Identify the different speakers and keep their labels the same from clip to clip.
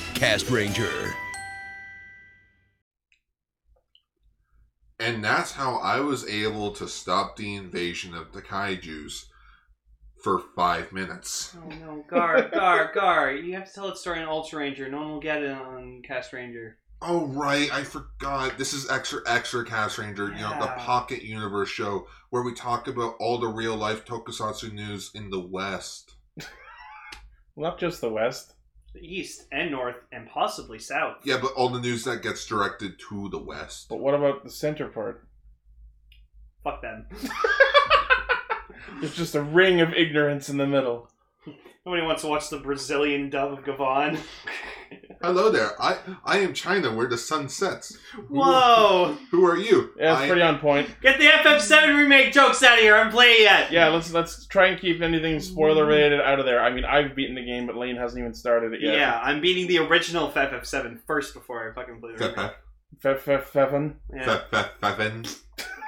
Speaker 1: Podcast Ranger.
Speaker 2: And that's how I was able to stop the invasion of the kaijus for five minutes.
Speaker 3: Oh no, Gar, Gar, Gar! You have to tell that story on Ultra Ranger. No one will get it on Cast Ranger.
Speaker 2: Oh right, I forgot. This is extra extra Cast Ranger, you know, the
Speaker 3: Yeah.
Speaker 2: Pocket Universe show where we talk about all the real life tokusatsu news in the West.
Speaker 4: Not just the West.
Speaker 3: The East and North and possibly South.
Speaker 2: Yeah, but all the news that gets directed to the West.
Speaker 4: But what about the center part?
Speaker 3: Fuck them.
Speaker 4: There's just a ring of ignorance in the middle.
Speaker 3: Nobody wants to watch the Brazilian dub of Gavon.
Speaker 2: Hello there. I I am China where the sun sets. Who-
Speaker 3: Whoa!
Speaker 2: Who are you?
Speaker 4: Yeah, that's
Speaker 2: I-
Speaker 4: pretty on point.
Speaker 3: Get the FF7 remake jokes out of here. I'm playing yet.
Speaker 4: Yeah, let's let's try and keep anything spoiler related out of there. I mean, I've beaten the game, but Lane hasn't even started it yet.
Speaker 3: Yeah, I'm beating the original FF7 first before I fucking play the remake.
Speaker 2: Fe-
Speaker 4: Fe- fe- feffin.
Speaker 3: Yeah.
Speaker 2: fe- fe- feven.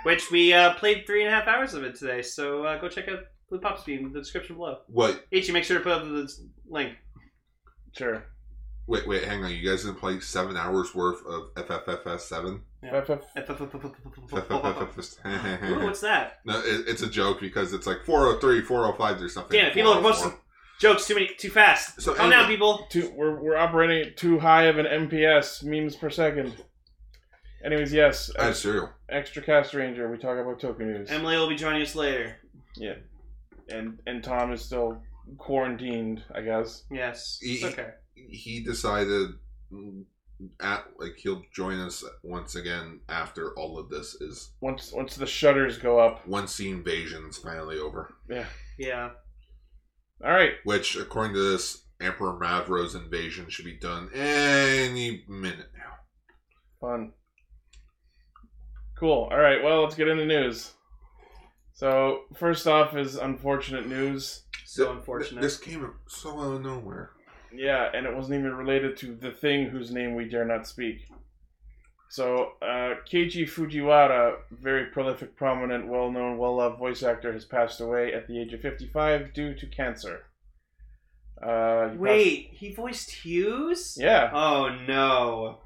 Speaker 3: Which we uh, played three and a half hours of it today, so uh, go check out Blue Pop Steam in the description below.
Speaker 2: What?
Speaker 3: Ichi, make sure to put up the link.
Speaker 4: Sure.
Speaker 2: Wait, wait, hang on. You guys didn't play seven hours worth of FFFS7?
Speaker 3: Yeah.
Speaker 4: Fe- fe-
Speaker 3: Ooh,
Speaker 2: FFFFS.
Speaker 3: what's that?
Speaker 2: No, it, it's a joke because it's like 403, 405 or something.
Speaker 3: Damn it, people are
Speaker 2: 404.
Speaker 3: Jokes too many, too fast.
Speaker 2: So
Speaker 3: Calm down,
Speaker 2: anyway-
Speaker 3: people.
Speaker 4: too, we're, we're operating at too high of an MPS, memes per second. Anyways, yes, uh,
Speaker 2: I have cereal.
Speaker 4: Extra Cast Ranger, we talk about Token News.
Speaker 3: Emily will be joining us later.
Speaker 4: and, and Tom is still quarantined, I guess.
Speaker 3: Yes, it's
Speaker 2: E-
Speaker 3: okay.
Speaker 2: He decided mm, at like he'll join us once again after all of this is
Speaker 4: Once once the shutters go up.
Speaker 2: once the invasion's finally over.
Speaker 3: Yeah.
Speaker 4: All right,
Speaker 2: Which, according to this, Emperor Mavro's invasion should be done any minute now.
Speaker 4: Fun. Cool. All right. Well, let's get into news. So first off is unfortunate news.
Speaker 3: So
Speaker 2: Th-
Speaker 3: unfortunate.
Speaker 2: This came so out of nowhere.
Speaker 4: Yeah, and it wasn't even related to the thing whose name we dare not speak. So uh, Keiji Fujiwara, very prolific, prominent, well-known, well-loved voice actor, has passed away at the age of 55 due to cancer. Uh, he passed-
Speaker 3: Wait, he voiced Hughes?
Speaker 4: Yeah.
Speaker 3: Oh no,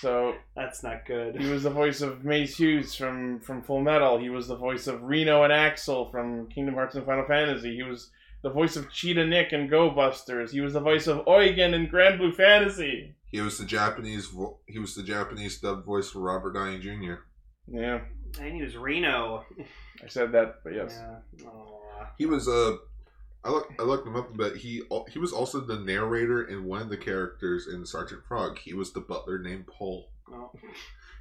Speaker 4: So
Speaker 3: that's not
Speaker 4: He
Speaker 3: good.
Speaker 4: was the voice of Mace Hughes from, from Full Metal. He was the voice of Reno and Axel from Kingdom Hearts and Final Fantasy. He was the voice of Cheetah Nick and Go Busters. He was the voice of Eugen in Grand Blue Fantasy.
Speaker 2: He was the Japanese. Vo- he was the Japanese dub voice for Robert Downey Jr.
Speaker 4: Yeah,
Speaker 3: And he was Reno.
Speaker 4: I said that, but yes.
Speaker 3: Yeah. Aw.
Speaker 2: He was Uh, I look, I looked him up, but he al- he was also the narrator in one of the characters in Sergeant Frog. He was the butler named Paul.
Speaker 3: Well.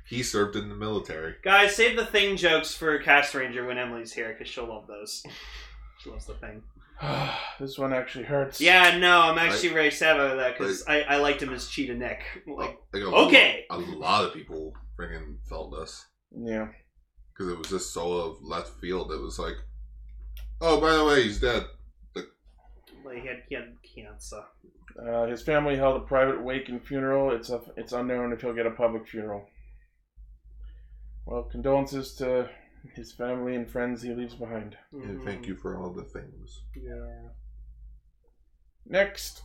Speaker 2: He served in the military.
Speaker 3: Guys, save the thing jokes for Cast Ranger when Emily's here, because she'll love those. she loves the thing.
Speaker 4: this one actually hurts.
Speaker 3: Yeah, no, I'm actually very sad about that, because I, I liked him as Cheetah Nick. Like,
Speaker 2: Like a
Speaker 3: okay.
Speaker 2: lot, a lot of people friggin' felt this
Speaker 4: Yeah.
Speaker 2: because it was just so of left field. It was like, oh, by the way, he's dead.
Speaker 3: Well, he had, he had cancer.
Speaker 4: Uh, his family held a private wake and funeral. It's a, it's unknown if he'll get a public funeral. Well, condolences to his family and friends he leaves behind.
Speaker 3: Mm-hmm.
Speaker 2: And thank you for all the things.
Speaker 3: Yeah.
Speaker 4: Next,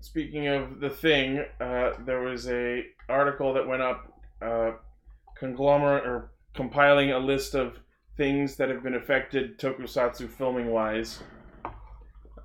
Speaker 4: speaking of the thing, uh, there was a article that went up, uh, conglomerate or compiling a list of things that have been affected tokusatsu filming wise.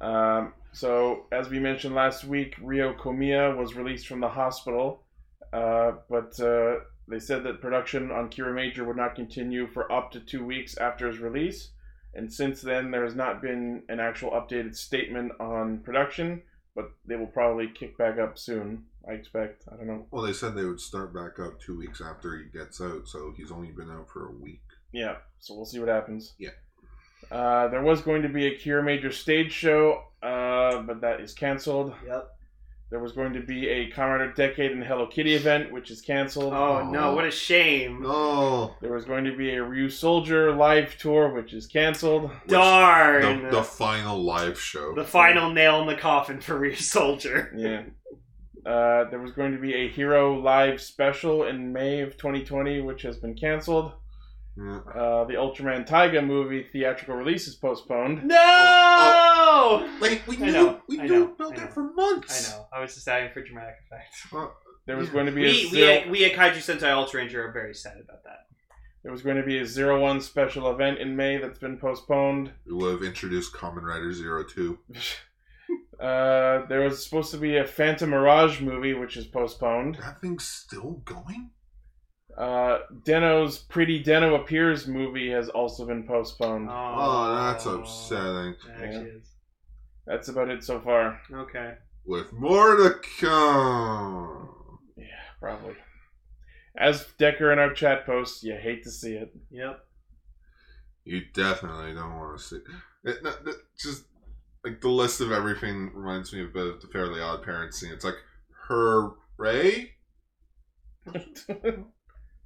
Speaker 4: Um, so, as we mentioned last week, Rio Komiya was released from the hospital, uh, but uh, they said that production on Kira Major would not continue for up to two weeks after his release and since then there has not been an actual updated statement on production but they will probably kick back up soon i expect i don't know
Speaker 2: Well, they said they would start back up two weeks after he gets out, so he's only been out for a week.
Speaker 4: yeah so we'll see what happens
Speaker 2: Yeah.
Speaker 4: uh, there was going to be a cure major stage show uh, but that is canceled
Speaker 3: Yep.
Speaker 4: there was going to be a Commander decade and hello kitty event which is canceled
Speaker 3: Oh, no,
Speaker 2: Aw.
Speaker 3: what a shame.
Speaker 2: No,
Speaker 4: there was going to be a ryu soldier live tour which is canceled
Speaker 2: Which-
Speaker 3: Darn.
Speaker 2: the, the final live show.
Speaker 3: The final nail in the coffin for Reef Soldier.
Speaker 4: yeah uh, there was going to be a hero live special in may of 2020 which has been canceled
Speaker 2: Yeah.
Speaker 4: Uh, the Ultraman Taiga movie theatrical release is postponed.
Speaker 3: No!
Speaker 2: Oh, Like we
Speaker 3: I
Speaker 2: knew,
Speaker 3: know,
Speaker 2: we
Speaker 3: I
Speaker 2: knew
Speaker 3: know,
Speaker 2: about
Speaker 3: I know.
Speaker 2: that for
Speaker 3: I
Speaker 2: months. Uh,
Speaker 3: know. I was just adding for dramatic effect.
Speaker 4: There was
Speaker 2: Yeah.
Speaker 4: going to be a
Speaker 3: We, we,
Speaker 4: zero,
Speaker 3: at, we at Kaiju Sentai Ultra Ranger are very sad about that.
Speaker 4: there was going to be a zero one special event in May that's been postponed.
Speaker 2: We would have introduced Common Rider Zero Two.
Speaker 4: Uh, there was supposed to be a Phantom Mirage movie, which is postponed.
Speaker 2: That thing's still going.
Speaker 4: Uh, Deno's Pretty Deno Appears movie has also been postponed.
Speaker 2: Oh, that's upsetting.
Speaker 3: That actually is.
Speaker 4: That's about it so far.
Speaker 3: Okay.
Speaker 2: With more to come.
Speaker 4: Yeah, probably. As Decker in our chat posts, you hate to see it.
Speaker 3: Yep.
Speaker 2: You definitely don't want to see. It, no, that- just like the list of everything reminds me of the the Fairly Odd Parents scene. It's like hooray.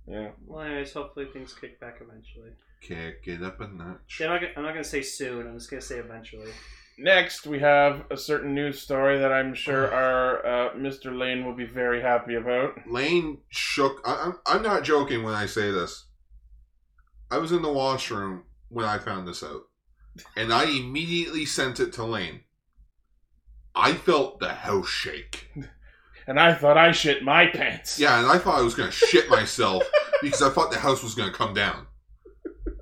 Speaker 4: Yeah.
Speaker 3: Well, anyways, hopefully things kick back eventually.
Speaker 2: Can't get up a notch.
Speaker 3: Yeah, I'm not, gonna- I'm not gonna say soon. I'm just gonna say eventually.
Speaker 4: Next, we have a certain news story that I'm sure
Speaker 2: Oh.
Speaker 4: our uh, Mr. Lane will be very happy about.
Speaker 2: Lane shook. I, I'm, I'm not joking when I say this. I was in the washroom when I found this out, and I immediately sent it to Lane. I felt the house shake.
Speaker 4: And I thought I shit my pants.
Speaker 2: Yeah, and I thought I was gonna shit myself because I thought the house was gonna come down.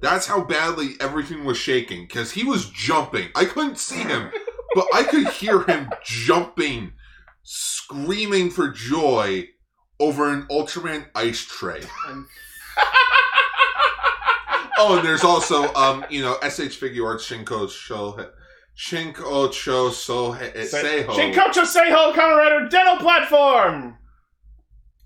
Speaker 2: That's how badly everything was shaking because he was jumping. I couldn't see him, but I could hear him jumping, screaming for joy over an Ultraman ice tray.
Speaker 3: I'm,
Speaker 2: Oh, and there's also um, you know, SH Figure Arts Shinko Sho Shinko Cho Sohe
Speaker 4: Se-
Speaker 2: Seho.
Speaker 4: Shinkocho Seiho Kamen Rider Dental Platform!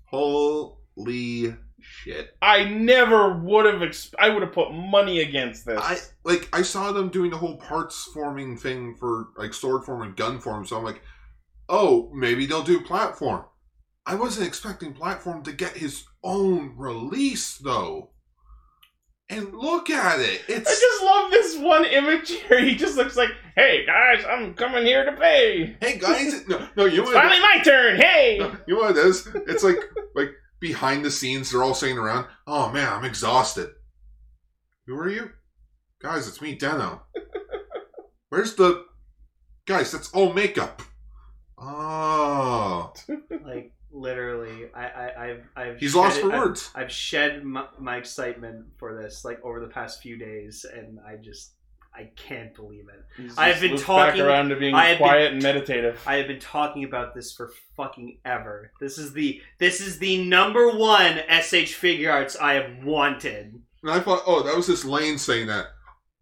Speaker 2: Holy shit.
Speaker 4: I never would have. Exp- I would have put money against this.
Speaker 2: I like I saw them doing the whole parts forming thing for like sword form and gun form, so I'm like, oh, maybe they'll do platform. I wasn't expecting platform to get his own release though. And look at it.
Speaker 4: I
Speaker 2: It's
Speaker 4: just love this one image here. He just looks like, "Hey guys, I'm coming here to pay.
Speaker 2: hey guys, no, no, you
Speaker 4: It's
Speaker 2: want
Speaker 4: finally my turn. Hey,
Speaker 2: you know what it is? It's like like behind the scenes, they're all sitting around. Oh man, I'm exhausted. Who are you? Guys, it's me, Deno. Where's the guys, that's all makeup. Oh.
Speaker 3: like literally, I, I I've I've
Speaker 2: He's
Speaker 3: shed
Speaker 2: lost
Speaker 3: it-
Speaker 2: for
Speaker 3: I've-
Speaker 2: words.
Speaker 3: I've shed my, my excitement for this like over the past few days, and I just I can't believe it.
Speaker 4: He's
Speaker 3: I've
Speaker 4: just
Speaker 3: been
Speaker 4: looped
Speaker 3: talking-
Speaker 4: back around to being
Speaker 3: I have been-
Speaker 4: quiet and meditative.
Speaker 3: I have been talking about this for fucking ever. This is the this is the number one SH figure arts I have wanted.
Speaker 2: And I thought, oh, that was this Lane saying that.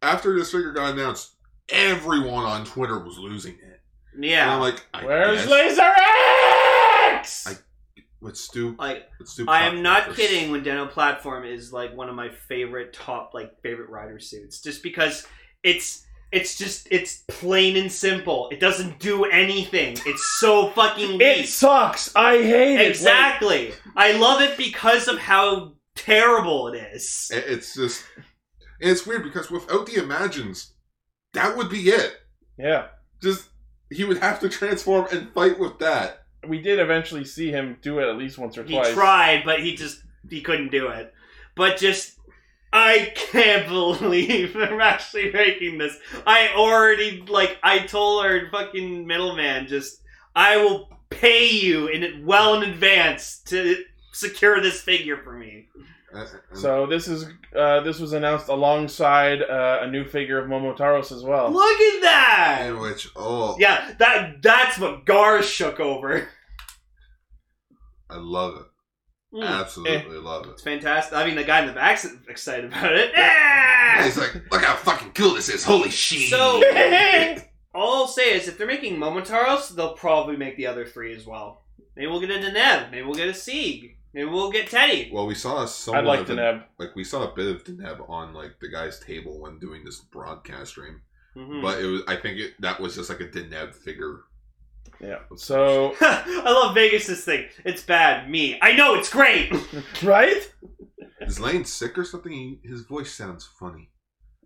Speaker 2: After this figure got announced, everyone on Twitter was losing it. And I'm
Speaker 3: Yeah,
Speaker 2: like, I
Speaker 4: Where's
Speaker 2: guess-
Speaker 4: Laser X?
Speaker 2: I- Let's do
Speaker 3: like
Speaker 2: let's do
Speaker 3: I am not
Speaker 2: platformers.
Speaker 3: kidding when Deno Platform is like one of my favorite top like favorite rider suits, just because it's it's just it's plain and simple. It doesn't do anything. It's so fucking
Speaker 4: it
Speaker 3: weak.
Speaker 4: sucks. I hate it.
Speaker 3: Exactly. I love it because of how terrible it is.
Speaker 2: It- It's just and it's weird because without the Imagines, that would be it.
Speaker 4: Wait. Yeah,
Speaker 2: just he would have to transform and fight with that.
Speaker 4: we did eventually see him do it at least once or
Speaker 3: He
Speaker 4: twice.
Speaker 3: tried, but he just he couldn't do it. But just I can't believe I'm actually making this. I already like I told our fucking middleman just I will pay you in well in advance to secure this figure for me.
Speaker 2: Uh,
Speaker 4: So this is uh, this was announced alongside uh, a new figure of Momotaros as well.
Speaker 3: Look at that.
Speaker 2: and which oh
Speaker 3: Yeah, that that's what Gar shook over.
Speaker 2: I love it. Hmm.
Speaker 3: Mm,
Speaker 4: Eh.
Speaker 2: Absolutely love
Speaker 3: It's
Speaker 2: it.
Speaker 3: fantastic. I mean, the guy in the back's excited about it.
Speaker 2: And
Speaker 3: Yeah!
Speaker 2: He's like, look how fucking cool this is. Holy shit.
Speaker 3: So-
Speaker 2: yeah,
Speaker 3: All I'll say is if they're making Momotaros, they'll probably make the other three as well. Maybe we'll get a Deneb. Maybe we'll get a Sieg. Maybe we'll get Teddy.
Speaker 2: well we saw some
Speaker 4: I'd like
Speaker 2: of the-
Speaker 4: to nab.
Speaker 2: like we saw a bit of Deneb on like the guy's table when doing this broadcast stream.
Speaker 4: Mm.
Speaker 3: Mhm.
Speaker 2: But it was I think it, that was just like a Deneb figure.
Speaker 4: Yeah. So
Speaker 3: I love Vegas' thing. It's bad. Me. I know it's great.
Speaker 4: right?
Speaker 2: Is Lane sick or something? He, his voice sounds funny.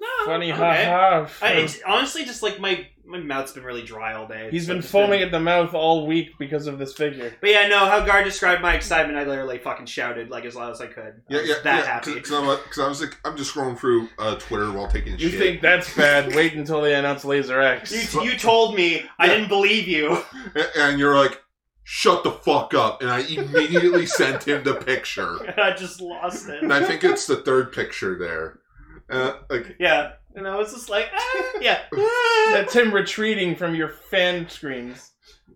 Speaker 3: No,
Speaker 4: Funny,
Speaker 3: okay.
Speaker 4: ha
Speaker 3: I,
Speaker 4: ha.
Speaker 3: it's honestly just like my my mouth's been really dry all day.
Speaker 4: He's
Speaker 3: So
Speaker 4: been
Speaker 3: just
Speaker 4: foaming at the mouth all week because of this figure.
Speaker 3: But yeah, no. How Gar described my excitement, I literally fucking shouted like as loud as I could. I
Speaker 2: Yeah,
Speaker 3: was
Speaker 2: yeah,
Speaker 3: that
Speaker 2: yeah.
Speaker 3: happy.
Speaker 2: Because uh, I'm, like- 'cause I was like, I'm just scrolling through uh, Twitter while taking a
Speaker 4: You
Speaker 2: shit.
Speaker 4: think that's bad? Wait until they announce Laser X.
Speaker 3: You, you told me I
Speaker 2: Yeah.
Speaker 3: didn't believe you.
Speaker 2: A- and you're like, shut the fuck up. And I immediately sent him the picture.
Speaker 3: I just lost
Speaker 2: And
Speaker 3: it.
Speaker 2: I think it's the third picture there. Uh, like,
Speaker 3: Yeah, and I was just like, ah, yeah. ah.
Speaker 4: That's him retreating from your fan screens.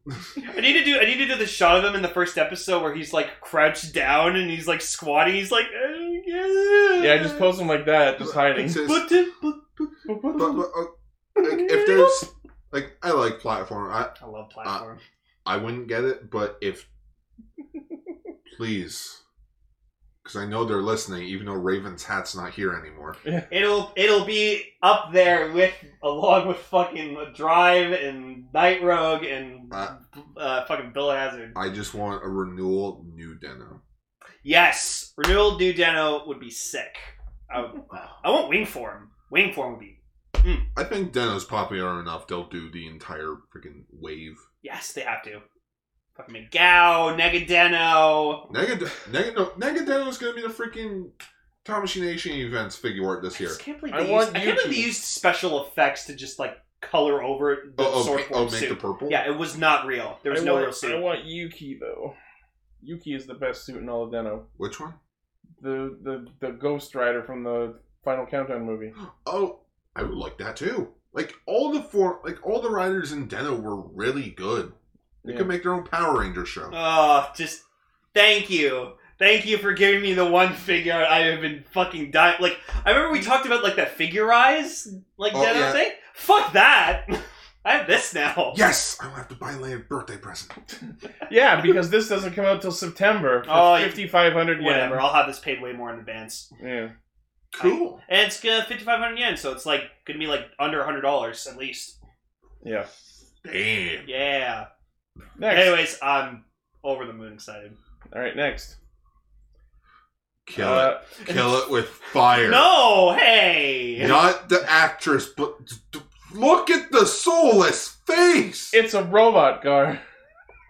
Speaker 3: I need to do. I need to do the shot of him in the first episode where he's like crouched down and he's like squatting. He's like, ah, yeah.
Speaker 4: Yeah, I just pose him like that, just
Speaker 2: it
Speaker 4: hiding.
Speaker 2: says-
Speaker 3: But, then- but-
Speaker 2: but- but, uh, like, if there's like, I like platform. I
Speaker 3: I love platform.
Speaker 2: I wouldn't get it, but if please, because I know they're listening, even though Raven's hat's not here anymore.
Speaker 3: It'll it'll be up there with along with fucking Drive and Night Rogue and
Speaker 2: Uh.
Speaker 3: uh, fucking Bill Hazard.
Speaker 2: I just want a renewal, new Deno.
Speaker 3: Yes, renewal new Deno would be sick. I, would- I want Wingform. Wingform would be
Speaker 2: I think Deno's popular enough; they'll do the entire freaking wave.
Speaker 3: yes. They have to fucking make Gao Negadeno.
Speaker 2: Nega Nega Nega Deno's gonna be the freaking Time Machine Nation events figure art this
Speaker 3: I
Speaker 2: year.
Speaker 3: just can't believe
Speaker 4: I
Speaker 3: they
Speaker 4: want
Speaker 3: used, I can't
Speaker 4: Yuki.
Speaker 3: believe they used special effects to just like color over the
Speaker 2: Oh, oh,
Speaker 3: source
Speaker 2: pa- oh,
Speaker 3: form
Speaker 2: make
Speaker 3: suit.
Speaker 2: the purple.
Speaker 3: Yeah, it was not real. There was
Speaker 4: I
Speaker 3: no
Speaker 4: want,
Speaker 3: real suit.
Speaker 4: I want Yuki though. Yuki is the best suit in all of Deno.
Speaker 2: Which one?
Speaker 4: The the the Ghost Rider from the Final Countdown movie.
Speaker 2: Oh, I would like that too. Like all the four, like all the riders in Deno were really good. They
Speaker 4: Yeah.
Speaker 2: could make their own Power Ranger show.
Speaker 3: Oh, just thank you. Thank you for giving me the one figure I have been fucking dying. Like I remember we talked about like that figure eyes, like
Speaker 2: Oh,
Speaker 3: that
Speaker 2: yeah.
Speaker 3: thing. Fuck that. I have this now.
Speaker 2: Yes, I will have to buy Leia a birthday present.
Speaker 4: yeah, because this doesn't come out till September. For
Speaker 3: Oh, you-
Speaker 4: 5500 yen.
Speaker 3: Whatever. I'll have this paid way more in advance.
Speaker 4: Yeah.
Speaker 2: Cool.
Speaker 3: And it's uh, fifty five hundred yen, so it's like gonna be like under hundred dollars at least.
Speaker 4: Yeah.
Speaker 2: Damn.
Speaker 3: Yeah.
Speaker 4: Next.
Speaker 3: Anyways, I'm over the moon excited.
Speaker 4: All right, next.
Speaker 2: Kill
Speaker 4: Uh,
Speaker 2: it. Kill it with fire.
Speaker 3: No, hey.
Speaker 2: Not the actress, but d- d- look at the soulless face.
Speaker 4: It's a robot car.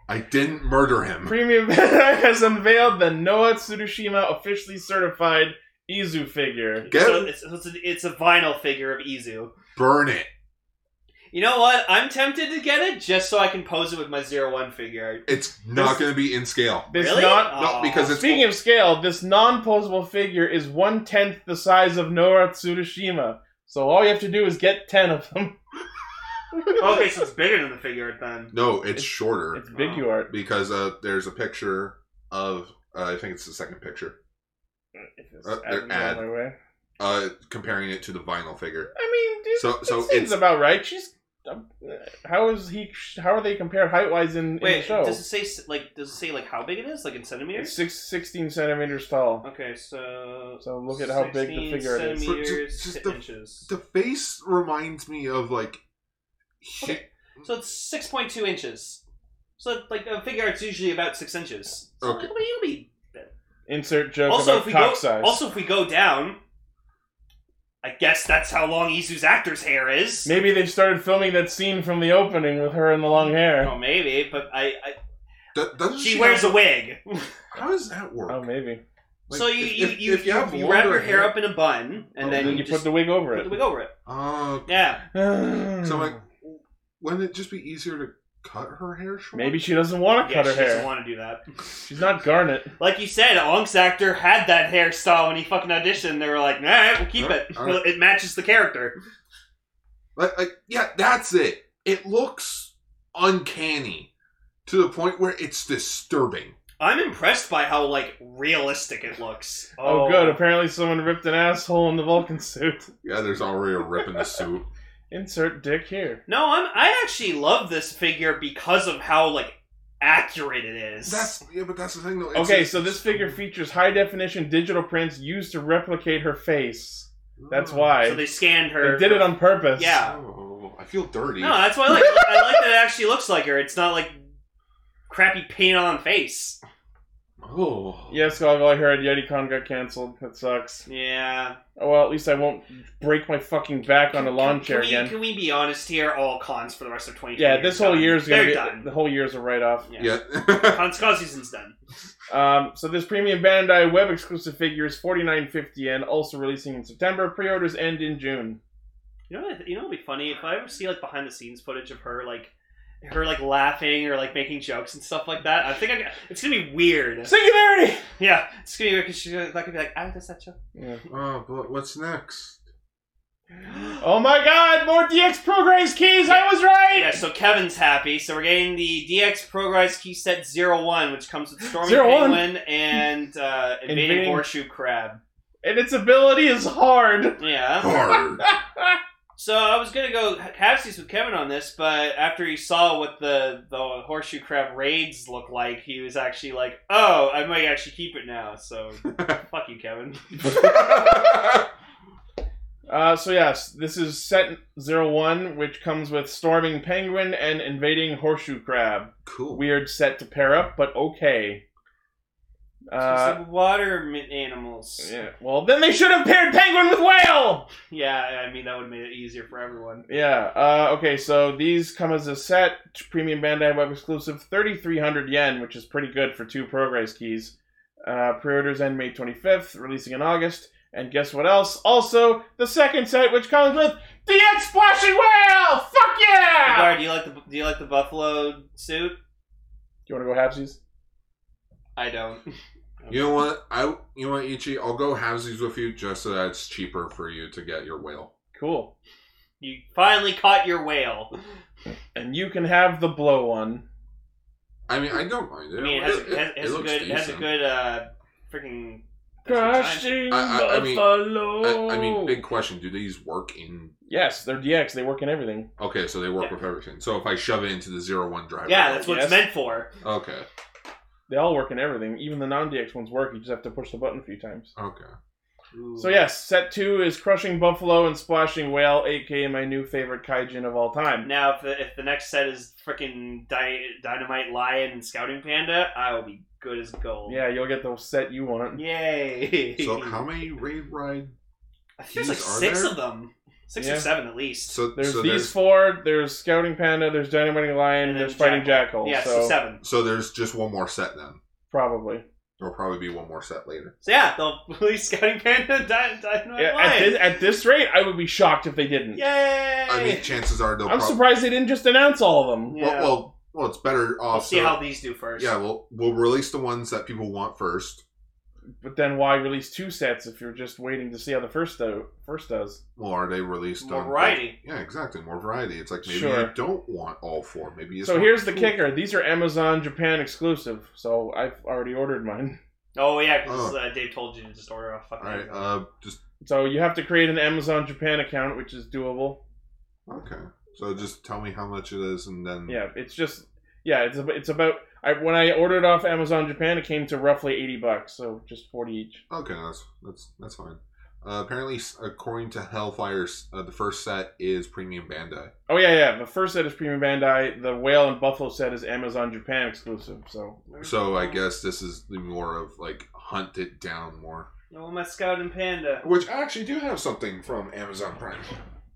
Speaker 2: I didn't murder him.
Speaker 4: Premium has unveiled the Noah Tsurushima officially certified Izu figure.
Speaker 2: Get-
Speaker 3: So it's, it's, a, it's a vinyl figure of Izu.
Speaker 2: Burn it.
Speaker 3: You know what? I'm tempted to get it just so I can pose it with my zero one figure.
Speaker 2: It's not going to be in scale.
Speaker 4: This
Speaker 3: really?
Speaker 4: non-
Speaker 2: No,
Speaker 3: Aw.
Speaker 2: because it's
Speaker 4: Speaking of scale, this non-posable figure is one tenth the size of Noah Tsurushima. So all you have to do is get ten of them.
Speaker 3: okay, so it's bigger than the figure then.
Speaker 2: no, it's shorter
Speaker 4: It's big you are.
Speaker 2: because uh, there's a picture of uh, I think it's the second picture Uh, they're ad.
Speaker 4: My way.
Speaker 2: uh, comparing it to the vinyl figure.
Speaker 4: I mean, dude,
Speaker 2: So so
Speaker 4: it seems
Speaker 2: it's
Speaker 4: about right. She's. um, How is he? How are they compared height wise in, in the
Speaker 3: Wait,
Speaker 4: show?
Speaker 3: does it say s- like does it say like how big it is like in
Speaker 4: It's
Speaker 3: centimeters?
Speaker 4: six, 16 centimeters tall.
Speaker 3: Okay, so
Speaker 4: So look at how big
Speaker 3: 16
Speaker 4: the figure it is.
Speaker 3: centimeters
Speaker 2: But ju- just
Speaker 3: to
Speaker 2: the-
Speaker 3: inches.
Speaker 2: the face reminds me of like. Hi-
Speaker 3: Okay. So it's six point two inches. So like a figure art's usually about six inches. So
Speaker 2: Okay.
Speaker 3: it'll be- it'll be-
Speaker 4: Insert joke
Speaker 3: Also, if
Speaker 4: about
Speaker 3: we
Speaker 4: cock
Speaker 3: go
Speaker 4: size.
Speaker 3: also if we go down, I guess that's how long Isu's actor's hair is.
Speaker 4: Maybe they started filming that scene from the opening with her and the long hair.
Speaker 3: Oh, maybe, but I,
Speaker 2: That,
Speaker 3: I
Speaker 2: doesn't
Speaker 3: she wears a wig.
Speaker 2: How does that work?
Speaker 4: Oh, maybe.
Speaker 2: Like,
Speaker 3: so you
Speaker 2: if-
Speaker 3: you,
Speaker 2: if-
Speaker 3: you,
Speaker 2: if
Speaker 3: you,
Speaker 2: have
Speaker 3: you wrap
Speaker 2: longer
Speaker 3: your hair, up in a bun and
Speaker 2: Oh,
Speaker 3: then
Speaker 4: And
Speaker 3: you,
Speaker 4: then you
Speaker 3: just
Speaker 4: put the wig over
Speaker 3: put
Speaker 4: it.
Speaker 3: the wig over it.
Speaker 2: Uh,
Speaker 3: Yeah.
Speaker 2: so like, wouldn't it just be easier to cut her hair short?
Speaker 4: Maybe she doesn't want to
Speaker 3: yeah,
Speaker 4: cut
Speaker 3: she
Speaker 4: her
Speaker 3: doesn't
Speaker 4: hair.
Speaker 3: want to do that.
Speaker 4: She's not Garnet.
Speaker 3: Like you said, Ong's actor had that hairstyle when he fucking auditioned. They were like, "All right, we'll keep it.
Speaker 2: All right.
Speaker 3: It matches the character."
Speaker 2: Like, like, yeah, that's it. It looks uncanny to the point where it's disturbing.
Speaker 3: I'm impressed by how like realistic it looks.
Speaker 4: Oh, good. Apparently, someone ripped an asshole in the Vulcan suit.
Speaker 2: Yeah, there's already a rip in the suit.
Speaker 4: Insert dick here.
Speaker 3: No, I'm. I actually love this figure because of how like accurate it is.
Speaker 2: That's yeah, but that's the thing though. It's Oh.
Speaker 4: Okay,
Speaker 2: just-
Speaker 4: so this figure features high definition digital prints used to replicate her face. That's why.
Speaker 3: Oh. so they scanned her.
Speaker 4: They did it on purpose.
Speaker 3: Yeah.
Speaker 2: Oh, I feel dirty.
Speaker 3: No, that's why I like. I like that it actually looks like her. It's not like crappy paint on face.
Speaker 2: Oh, Oh.
Speaker 4: Yes, Goggle, I heard YetiCon got canceled. That sucks.
Speaker 3: Yeah.
Speaker 4: Oh, well, at least I won't break my fucking back on a lawn
Speaker 3: Can-
Speaker 4: chair
Speaker 3: can we,
Speaker 4: again.
Speaker 3: Can we be honest here? All cons for the rest of 2020.
Speaker 4: Yeah, this
Speaker 3: are
Speaker 4: whole
Speaker 3: done.
Speaker 4: year's gonna
Speaker 3: They're
Speaker 4: be
Speaker 3: done.
Speaker 4: the whole year's a write-off.
Speaker 2: Yeah.
Speaker 3: Con, con season's done.
Speaker 4: Um, so this premium Bandai web exclusive figure is forty nine fifty yen, also releasing in September. Pre-orders end in June.
Speaker 3: You know, what- you know, it'd be funny if I ever see like behind the scenes footage of her like, her like laughing or like making jokes and stuff like that. I think I, it's gonna be weird.
Speaker 4: Singularity.
Speaker 3: Yeah, it's gonna be weird because she's gonna- like gonna be like, I does that joke.
Speaker 4: Yeah.
Speaker 2: oh, but what's next?
Speaker 4: Oh my God! More DX Progress keys. I was right.
Speaker 3: Yeah, so Kevin's happy. So we're getting the DX ProGuys Key Set 01, which comes with Stormy
Speaker 4: Zero one.
Speaker 3: Penguin and uh, Invading,
Speaker 4: Invading-
Speaker 3: Horseshoe Crab.
Speaker 4: And its ability is hard.
Speaker 3: Yeah.
Speaker 2: Hard.
Speaker 3: So I was gonna go halfsies with Kevin on this, but after he saw what the the Horseshoe Crab raids look like, he was actually like, "Oh, I might actually keep it now." So fuck you, Kevin.
Speaker 4: Uh, so yes, this is set zero one, which comes with storming penguin and invading horseshoe crab.
Speaker 2: cool.
Speaker 4: Weird set to pair up, but okay. Uh,
Speaker 3: It's like water mi- animals. Yeah.
Speaker 4: yeah. Well, then they should have paired penguin with whale.
Speaker 3: I mean that would have made it easier for everyone.
Speaker 4: Yeah. Uh, okay. So these come as a set, premium Bandai web exclusive, thirty three hundred yen, which is pretty good for two progress keys. Uh, pre-orders end May twenty fifth, releasing in August. And guess what else? Also, the second set, which comes with DX Splashing Whale. Fuck yeah!
Speaker 2: Ah!
Speaker 3: Gar, do you like the do you like the buffalo suit?
Speaker 4: Do you want to go halfsies?
Speaker 3: I don't.
Speaker 2: You know what? I you know what, Ichi? I'll go halvesies with you just so that it's cheaper for you to get your whale.
Speaker 4: Cool.
Speaker 3: You finally caught your whale.
Speaker 4: And you can have the blow one.
Speaker 2: I mean, I don't mind it.
Speaker 3: I mean, it has, it, has, it has a
Speaker 2: looks
Speaker 3: good, it has a
Speaker 2: decent.
Speaker 3: good uh, freaking.
Speaker 4: Crushing
Speaker 2: I- I- I mean-
Speaker 4: buffalo.
Speaker 2: I, I mean, big question: Do these work in?
Speaker 4: Yes, they're DX. They work in everything.
Speaker 2: Okay, so they work with everything. So if I shove it into the zero one driver,
Speaker 3: Yeah, that's what
Speaker 4: Yes.
Speaker 3: it's meant for.
Speaker 2: okay,
Speaker 4: They all work in everything. Even the non-DX ones work. You just have to push the button a few times.
Speaker 2: okay.
Speaker 4: So yes, set two is crushing buffalo and splashing whale, aka my new favorite kaijin of all time.
Speaker 3: Now, if the, if the next set is freaking di- dynamite lion and scouting panda, I will be good as gold.
Speaker 4: Yeah, you'll get the set you want.
Speaker 3: Yay.
Speaker 2: So how many raid ride?
Speaker 3: I think there's like
Speaker 2: keys are
Speaker 3: six
Speaker 2: there?
Speaker 3: of them, six
Speaker 4: Yeah.
Speaker 3: or seven at least.
Speaker 2: So
Speaker 4: There's
Speaker 2: so
Speaker 4: these
Speaker 2: there's
Speaker 4: four. There's scouting panda. There's dynamiting lion.
Speaker 3: And then
Speaker 4: there's fighting jackal.
Speaker 3: yeah,
Speaker 4: so
Speaker 3: so seven.
Speaker 2: so there's just one more set then.
Speaker 4: probably.
Speaker 2: There'll probably be one more set later.
Speaker 3: So yeah, they'll release scouting panda and di- dynamite
Speaker 4: Yeah, at,
Speaker 3: lion.
Speaker 4: this, at this rate, I would be shocked if they didn't.
Speaker 3: Yay!
Speaker 2: I mean, chances are they'll.
Speaker 4: I'm
Speaker 2: prob-
Speaker 4: surprised they didn't just announce all of them.
Speaker 3: Eh. Yeah.
Speaker 2: Well, well, well, it's better off.
Speaker 3: we'll see
Speaker 2: so-
Speaker 3: how these do first.
Speaker 2: yeah, we'll we'll release the ones that people want first.
Speaker 4: But then why release two sets if you're just waiting to see how the first do- first does?
Speaker 2: Well, are they released?
Speaker 3: More
Speaker 2: on-
Speaker 3: variety.
Speaker 2: yeah, exactly. More variety. It's like maybe
Speaker 4: Sure.
Speaker 2: you don't want all four. Maybe you
Speaker 4: So
Speaker 2: just
Speaker 4: here's the
Speaker 2: want two.
Speaker 4: kicker: these are Amazon Japan exclusive. So I've already ordered mine.
Speaker 3: Oh yeah, because
Speaker 2: Oh.
Speaker 3: uh, Dave told you to just order off fucking.
Speaker 2: All right.
Speaker 3: Amazon.
Speaker 2: Uh, just
Speaker 4: So you have to create an Amazon Japan account, which is doable.
Speaker 2: okay. So just tell me how much it is, and then
Speaker 4: Yeah, it's just yeah, it's ab- it's about I, when I ordered off Amazon Japan, it came to roughly eighty bucks, so just forty each.
Speaker 2: Okay, that's that's that's fine. Uh, apparently, s- according to Hellfire, s- uh, the first set is premium Bandai.
Speaker 4: Oh yeah, yeah. The first set is Premium Bandai. The Whale and Buffalo set is Amazon Japan exclusive. So
Speaker 2: So I guess this is the more of like hunt it down more.
Speaker 3: No, my scouting panda.
Speaker 2: Which I actually do have something from Amazon Prime.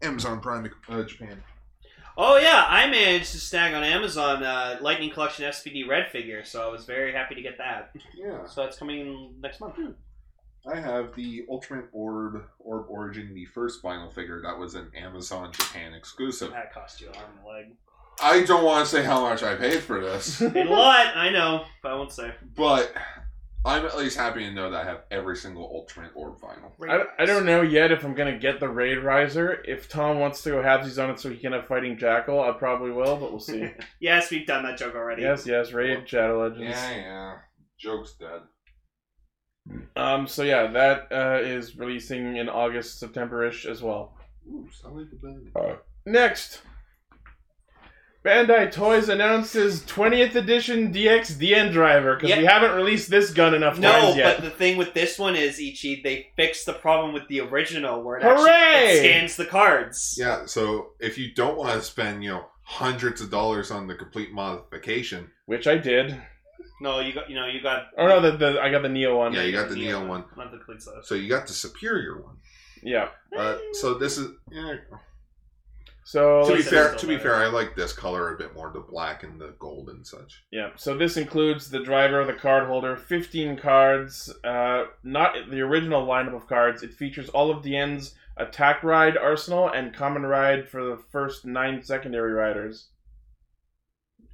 Speaker 2: Amazon Prime uh, Japan.
Speaker 3: Oh yeah, I managed to snag on Amazon uh, Lightning Collection SPD Red figure, so I was very happy to get that. Hmm.
Speaker 2: Yeah,
Speaker 3: So that's coming next month.
Speaker 2: I have the Ultimate Orb Orb Origin, the first vinyl figure that was an Amazon Japan exclusive.
Speaker 3: That cost you an arm and a leg.
Speaker 2: I don't want to say how much I paid for this,
Speaker 3: Paid a lot, I know, but I won't say.
Speaker 2: but I'm at least happy to know that I have every single Ultimate Orb vinyl.
Speaker 4: I, I don't know yet if I'm gonna get the Raid Riser. If Tom wants to go halfsies on it so he can have Fighting Jackal, I probably will, but we'll see.
Speaker 3: Yes, we've done that joke already.
Speaker 4: yes, yes, Raid Shadow Legends.
Speaker 2: Yeah, yeah. Joke's dead.
Speaker 4: Um, so yeah, that uh, is releasing in August, September ish as well.
Speaker 2: Ooh, Sally the Bandit.
Speaker 4: Next, Bandai Toys announces 20th edition DX DN driver because we haven't released this gun enough
Speaker 3: No,
Speaker 4: times
Speaker 3: but
Speaker 4: yet.
Speaker 3: the thing with this one is Ichi, they fixed the problem with the original where it
Speaker 4: Hooray!
Speaker 3: actually it scans the cards.
Speaker 2: Yeah, so if you don't want to spend, you know, hundreds of dollars on the complete modification,
Speaker 4: Which I did.
Speaker 3: No, you got you know you got.
Speaker 4: Oh no, the, the I got the Neo one.
Speaker 2: Yeah, you got the Neo one.
Speaker 3: Not the cleat sauce.
Speaker 2: So you got the superior one.
Speaker 4: Yeah.
Speaker 2: Uh, so this is eh,
Speaker 4: So
Speaker 2: to be
Speaker 4: let's-
Speaker 3: it's
Speaker 2: fair.
Speaker 3: still
Speaker 2: To be
Speaker 3: better.
Speaker 2: fair, I like this color a bit more, the black and the gold and such.
Speaker 4: yeah. So this includes the driver, the card holder, fifteen cards. Uh, not the original lineup of cards. It features all of DN's attack ride arsenal and common ride for the first nine secondary riders.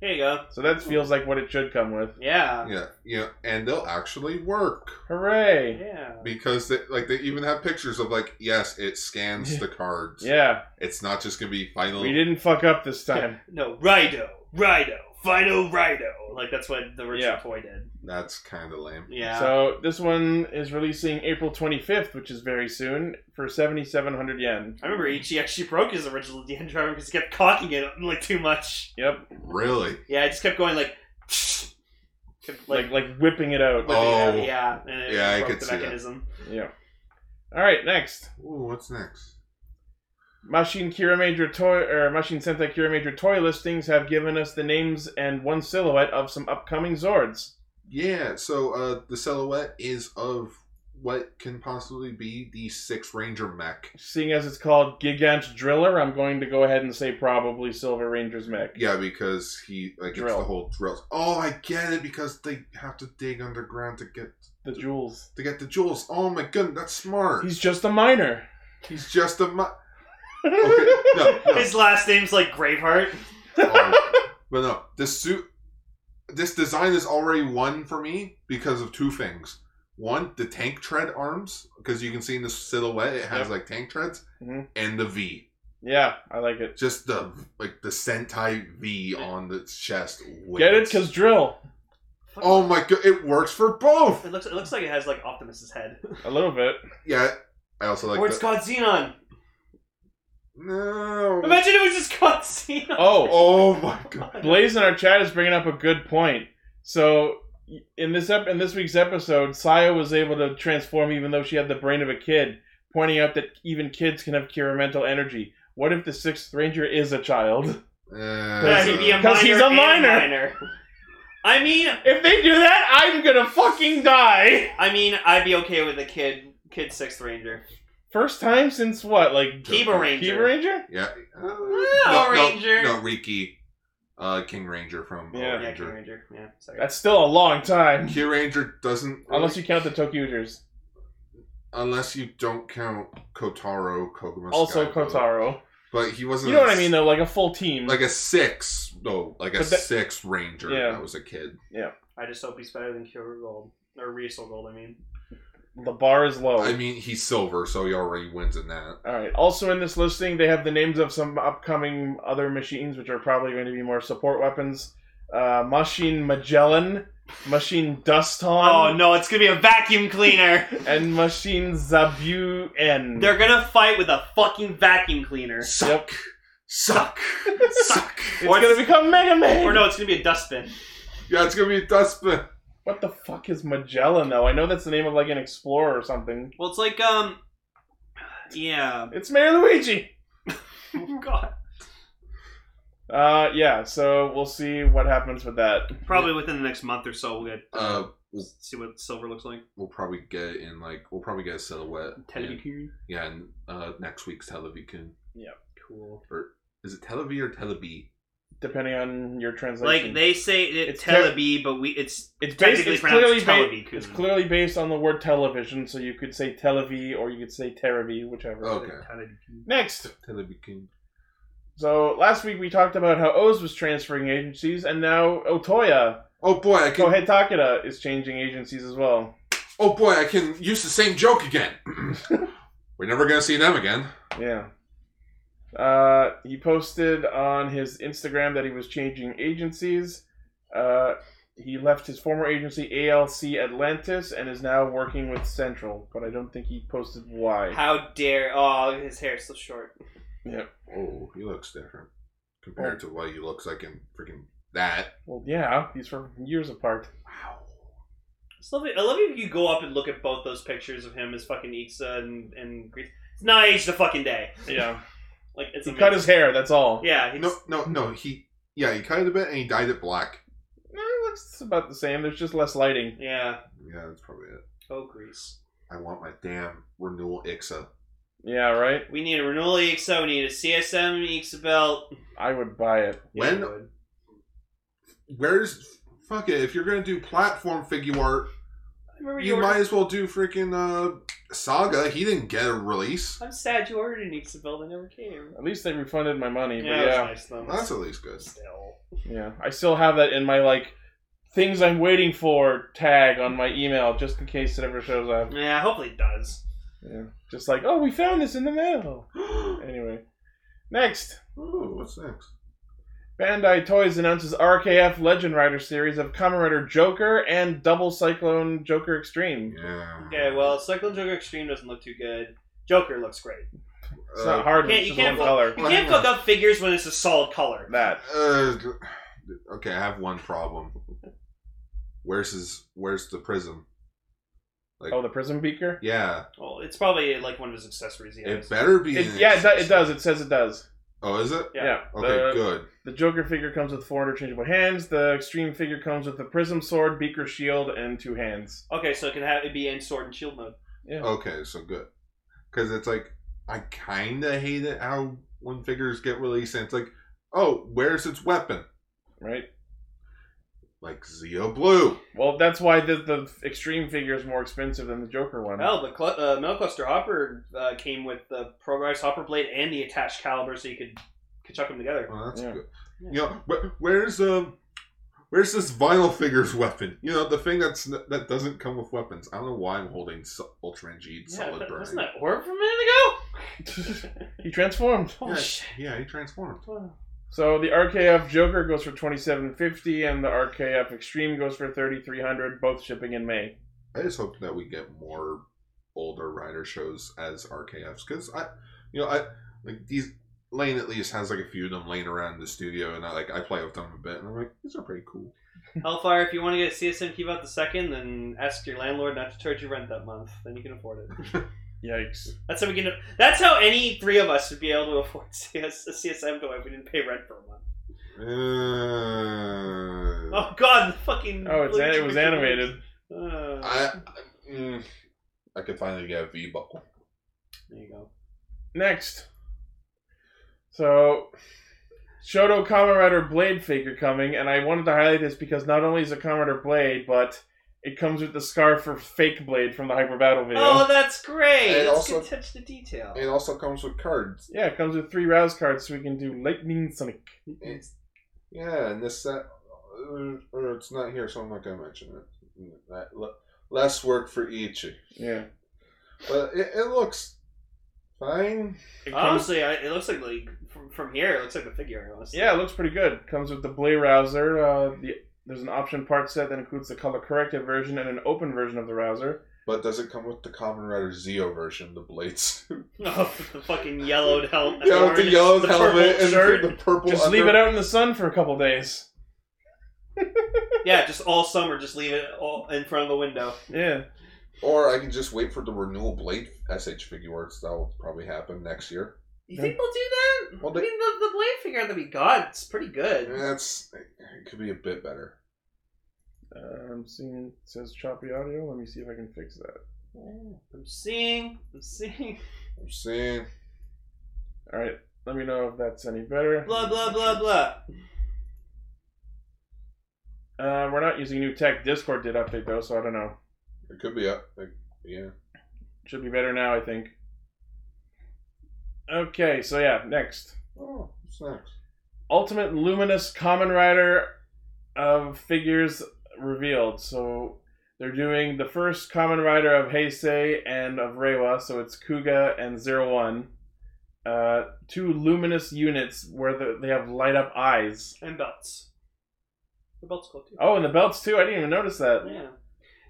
Speaker 3: There you go.
Speaker 4: So that feels like what it should come with.
Speaker 3: Yeah.
Speaker 2: Yeah, yeah, and they'll actually work
Speaker 4: Hooray!
Speaker 3: Yeah.
Speaker 2: because they, like they even have pictures of like yes, it scans the cards.
Speaker 4: Yeah,
Speaker 2: It's not just gonna be final.
Speaker 4: we didn't fuck up this time.
Speaker 3: No, Rido, Rido, Final Rido. Like that's what the original
Speaker 4: Yeah.
Speaker 3: toy did.
Speaker 2: That's kind of lame.
Speaker 3: Yeah.
Speaker 4: So this one is releasing April 25th, which is very soon, for 7,700 yen.
Speaker 3: I remember Ichi actually broke his original DN driver because he kept cocking it like too much.
Speaker 4: Yep,
Speaker 2: Really?
Speaker 3: Yeah, I just kept going like, kept, like,
Speaker 4: like like whipping it out.
Speaker 2: Oh.
Speaker 3: yeah, and it
Speaker 2: Yeah, I
Speaker 3: broke
Speaker 2: could
Speaker 3: the
Speaker 2: see that.
Speaker 3: mechanism.
Speaker 4: Yeah. All right, next
Speaker 2: Ooh, what's next?
Speaker 4: Machine Kira Major toy or Machine Sentai Kira Major toy listings have given us the names and one silhouette of some upcoming Zords.
Speaker 2: Yeah, so uh, the silhouette is of what can possibly be the Six Ranger mech.
Speaker 4: Seeing as it's called Gigant Driller, I'm going to go ahead and say probably Silver Ranger's mech.
Speaker 2: Yeah, because he like it's
Speaker 4: Drill.
Speaker 2: the whole drills. Oh, I get it because they have to dig underground to get
Speaker 4: The jewels.
Speaker 2: to get the jewels. Oh my god, that's smart. He's,
Speaker 4: He's just a miner.
Speaker 2: just a mu- okay, no, no.
Speaker 3: His last name's like Graveheart.
Speaker 2: Oh, but no, this suit, this design is already one for me because of two things. One, the tank tread arms, because you can see in the silhouette it has
Speaker 4: Yep.
Speaker 2: like tank treads,
Speaker 4: Mhm.
Speaker 2: and the V.
Speaker 4: Yeah, I like it.
Speaker 2: just the like the Sentai V on the chest. wins.
Speaker 4: Get it? Cause drill.
Speaker 2: oh my god, it works for both.
Speaker 3: It looks it looks like it has like Optimus's head,
Speaker 4: A little bit.
Speaker 2: Yeah, I also like.
Speaker 3: or it's
Speaker 2: The,
Speaker 3: called Xenon.
Speaker 2: no.
Speaker 3: Imagine it was just called Xenon.
Speaker 4: Oh,
Speaker 2: Oh my god.
Speaker 4: Blaze in our chat is bringing up a good point. So in this ep- in this week's episode, Saya was able to transform even though she had the brain of a kid, pointing out that even kids can have cure mental energy. What if the sixth ranger is a child?
Speaker 2: Uh,
Speaker 3: Yeah, he'd be a
Speaker 4: 'Cause he's
Speaker 3: miner
Speaker 4: a
Speaker 3: and
Speaker 4: miner.
Speaker 3: miner. I mean,
Speaker 4: If they do that, I'm gonna fucking die.
Speaker 3: I mean, I'd be okay with a kid, kid sixth ranger,
Speaker 4: First time since what, like
Speaker 3: Kiba ranger.
Speaker 4: Kiva Ranger?
Speaker 2: yeah. Uh,
Speaker 3: Ah, Ranger.
Speaker 2: No, Riki, uh, King Ranger from
Speaker 4: Yeah.
Speaker 2: yeah,
Speaker 3: Yeah, King
Speaker 2: Ranger.
Speaker 3: Ranger. Yeah, sorry.
Speaker 4: That's still a long time.
Speaker 2: King Ranger doesn't
Speaker 4: Unless you count the Tokyuters.
Speaker 2: unless you don't count Kotaro Koguma.
Speaker 4: Also
Speaker 2: Sky Pilot.
Speaker 4: Kotaro.
Speaker 2: but he wasn't.
Speaker 4: You know
Speaker 2: a
Speaker 4: what I
Speaker 2: s-
Speaker 4: mean though, like a full team.
Speaker 2: Like a six, no, like a
Speaker 4: But that-
Speaker 2: six Ranger
Speaker 4: Yeah.
Speaker 2: that was a kid.
Speaker 3: I just hope he's better than Kyogre Gold or Riesel Gold. I mean,
Speaker 4: the bar is low.
Speaker 2: I mean, he's silver, so he already wins in that.
Speaker 4: All right. Also in this listing, they have the names of some upcoming other machines, which are probably going to be more support weapons. Uh, Machine Magellan, Machine
Speaker 3: oh
Speaker 4: Duston,
Speaker 3: no, it's gonna be a vacuum cleaner.
Speaker 4: and Machine Zabu N.
Speaker 3: They're gonna fight with a fucking vacuum cleaner.
Speaker 2: Suck, suck, suck.
Speaker 4: it's going to become Mega Man.
Speaker 3: Or no, it's gonna be a dustbin.
Speaker 2: Yeah, it's gonna be a dustbin.
Speaker 4: What the fuck is Magellan though? I know that's the name of like an explorer or something.
Speaker 3: Well, it's like um, yeah.
Speaker 4: It's Mayor Luigi.
Speaker 3: Oh, God,
Speaker 4: Uh, yeah. So we'll see what happens with that.
Speaker 3: probably within the next month or so, we'll get
Speaker 2: Uh,
Speaker 3: see what silver looks like.
Speaker 2: we'll probably get in like we'll probably get a silhouette.
Speaker 3: Teddy
Speaker 2: in- yeah, in uh, next week's Televicoon.
Speaker 3: cool.
Speaker 2: Or is it Televi or Telebee?
Speaker 4: Depending on your translation.
Speaker 3: Like they say it
Speaker 4: It's
Speaker 3: it's Telebee, but we it's
Speaker 4: It's based,
Speaker 3: technically
Speaker 4: it's clearly
Speaker 3: pronounced
Speaker 4: ba-
Speaker 3: Telebee.
Speaker 4: it's clearly based on the word television, so you could say televi or you could say teravi, whichever.
Speaker 2: Oh. Okay.
Speaker 4: Next,
Speaker 2: Televicoon.
Speaker 4: so last week we talked about how Oz was transferring agencies, and now Otoya
Speaker 2: Oh boy, I can.
Speaker 4: Kohei Takeda is changing agencies as well.
Speaker 2: Oh boy, I can use the same joke again. We're never gonna see them again.
Speaker 4: Yeah. Uh, he posted on his Instagram that he was changing agencies. Uh, he left his former agency ALC Atlantis and is now working with Central, but I don't think he posted why.
Speaker 3: How dare! Oh, his hair's so short.
Speaker 2: Oh, he looks different compared to what he looks like in freaking that.
Speaker 4: Well, yeah, these were years apart.
Speaker 2: Wow.
Speaker 3: It's lovely. I love it if you go up and look at both those pictures of him as fucking Ixa and and Greece. It's not aged a fucking day.
Speaker 4: Yeah.
Speaker 3: Like it's
Speaker 4: He
Speaker 3: amazing.
Speaker 4: cut his hair, that's all.
Speaker 3: Yeah, he's,
Speaker 2: No, no, no. He yeah, he cut it a bit and he dyed it black.
Speaker 4: Eh, looks about the same. There's just less lighting.
Speaker 3: Yeah.
Speaker 2: Yeah, that's probably it.
Speaker 3: Oh, Greece.
Speaker 2: I want my damn renewal Ixa.
Speaker 4: Yeah, right.
Speaker 3: We need a Renewal EXO. We need a CSM EXO belt.
Speaker 4: I would buy it.
Speaker 2: When-
Speaker 3: Yeah, I would.
Speaker 2: Where's fuck it? If you're gonna do platform figure art,
Speaker 3: I remember you,
Speaker 2: you
Speaker 3: ordered-
Speaker 2: might as well do freaking uh, Saga. He didn't get a release.
Speaker 3: I'm sad you ordered an EXO belt. I never came.
Speaker 4: At least they refunded my money.
Speaker 3: Yeah,
Speaker 4: But
Speaker 3: that was
Speaker 4: yeah,
Speaker 3: nice though.
Speaker 2: That's at least good.
Speaker 3: Still.
Speaker 4: yeah. I still have that in my like things I'm waiting for tag on my email just in case it ever shows up.
Speaker 3: Yeah, hopefully it does.
Speaker 4: Yeah. Just like, oh, we found this in the mail. Anyway, next.
Speaker 2: Ooh, what's next?
Speaker 4: Bandai Toys announces RKF Legend Rider series of Kamen Rider Joker and Double Cyclone Joker Extreme.
Speaker 2: Yeah.
Speaker 3: Okay, well, Cyclone Joker Extreme doesn't look too good. Joker looks great.
Speaker 4: It's
Speaker 2: Uh,
Speaker 4: not hard.
Speaker 3: Uh, Can't-
Speaker 4: It's
Speaker 3: you
Speaker 4: just one
Speaker 3: can't
Speaker 4: color.
Speaker 3: You can't fuck up figures when it's a solid color.
Speaker 4: That.
Speaker 2: Uh, okay, I have one problem. Where's his? Where's the prism?
Speaker 4: Oh, the Prism Beaker.
Speaker 2: Yeah,
Speaker 3: Well, it's probably like one of his accessories. He
Speaker 2: it
Speaker 3: has.
Speaker 2: better be.
Speaker 4: It,
Speaker 2: an
Speaker 4: yeah, it, do, it
Speaker 2: accessory.
Speaker 4: does. It says it does.
Speaker 2: Oh, is it?
Speaker 4: Yeah.
Speaker 3: Yeah.
Speaker 2: Okay,
Speaker 4: the,
Speaker 2: good.
Speaker 4: the Joker figure comes with four interchangeable hands. The Extreme figure comes with the Prism Sword, Beaker Shield, and two hands.
Speaker 3: Okay, so it can have it be in sword and shield mode.
Speaker 4: Yeah.
Speaker 2: Okay, so good. Because it's like I kind of hate it how when figures get released and it's like, oh, where's its weapon?
Speaker 4: Right.
Speaker 2: Like Zeo Blue.
Speaker 4: Well, that's why the, the Extreme figure is more expensive than the Joker one.
Speaker 3: Well, the cl- uh, Metal Cluster Hopper uh, came with the Progress Hopper Blade and the attached caliber, so you could, could chuck them together.
Speaker 2: Oh, that's
Speaker 4: Yeah.
Speaker 2: good.
Speaker 3: Yeah.
Speaker 2: You know, wh- where's um, where's this vinyl figure's weapon? You know, the thing that's n- that doesn't come with weapons. I don't know why I'm holding so- Ultra Geed
Speaker 3: Yeah,
Speaker 2: Solid
Speaker 3: but
Speaker 2: Burn.
Speaker 3: wasn't that orb from a minute ago?
Speaker 4: he transformed.
Speaker 3: oh
Speaker 2: yeah,
Speaker 3: shit!
Speaker 2: yeah, he transformed.
Speaker 4: So the RKF Joker goes for twenty seven fifty, and the RKF Extreme goes for thirty three hundred. Both shipping in May.
Speaker 2: I just hope that we get more older rider shows as RKFs because I, you know, I like these. Lane at least has like a few of them laying around the studio, and I like I play with them a bit, and I'm like, these are pretty cool.
Speaker 3: Hellfire, if you want to get a CSM key about the second, then ask your landlord not to charge you rent that month. Then you can afford it.
Speaker 4: Yikes.
Speaker 3: that's how we can. That's how any three of us would be able to afford CS, a CSM toy if we didn't pay rent for a month.
Speaker 2: Uh,
Speaker 3: Oh god, the fucking.
Speaker 4: Oh, it's, it was animated.
Speaker 3: Uh,
Speaker 2: I, I, mm, I could finally get a V buckle.
Speaker 3: there you go.
Speaker 4: Next. So, Shoto Kamen Rider Blade figure coming, and I wanted to highlight this because not only is it Kamen Rider Blade, but it comes with the scarf for Fake Blade from the Hyper Battle video.
Speaker 3: Oh, that's great.
Speaker 2: And
Speaker 3: Let's
Speaker 2: also-
Speaker 3: get touch to detail.
Speaker 2: It also comes with cards.
Speaker 4: yeah, it comes with three rouse cards, so we can do Lightning Sonic.
Speaker 2: It's- yeah, and this set, uh, uh, it's not here, so I'm not gonna mention it. That, le- less work for Ichi,
Speaker 4: Yeah.
Speaker 2: but it, it looks fine.
Speaker 3: Oh,
Speaker 4: It comes,
Speaker 3: Honestly, I, it looks like like from, from here, it looks like a figure. Honestly.
Speaker 4: yeah, it looks pretty good. It comes with the Blade Rouser. Uh, the, there's an option part set that includes the color corrected version and an open version of the Rouser.
Speaker 2: But does it come with the Common Rider Zeo version, the blades?
Speaker 3: Oh, the fucking yellowed helmet.
Speaker 2: yeah, with the yellow helmet
Speaker 3: Oh, purple
Speaker 2: and
Speaker 3: shirt.
Speaker 2: the purple.
Speaker 4: Just leave it out in the sun for a couple days.
Speaker 3: yeah, just all summer, just leave it all in front of the window.
Speaker 4: Yeah.
Speaker 2: Or I can just wait for the renewal blade SH figure arts. That'll probably happen next year.
Speaker 3: You think they'll do that?
Speaker 2: Well,
Speaker 3: I mean, the, the blade figure that we got, it's pretty good.
Speaker 2: That's it. Could be a bit better.
Speaker 4: Uh, I'm seeing it says choppy audio. Let me see if I can fix that.
Speaker 3: I'm seeing, I'm seeing,
Speaker 2: I'm saying.
Speaker 4: All right, let me know if that's any better.
Speaker 3: blah blah blah blah.
Speaker 4: Uh, we're not using new tech. Discord did update though, so I don't know.
Speaker 2: It could be up. Like, yeah.
Speaker 4: Should be better now, I think. Okay, so yeah, next
Speaker 2: Oh, what's next?
Speaker 4: Ultimate Luminous Common Rider of figures revealed. So they're doing the first Common Rider of Heisei and of Reiwa. So it's Kuga and Zero One. Uh, two luminous units where the, they have light up eyes.
Speaker 3: And belts. The belts cool too.
Speaker 4: Oh, and the belts too. I didn't even notice that.
Speaker 3: Yeah,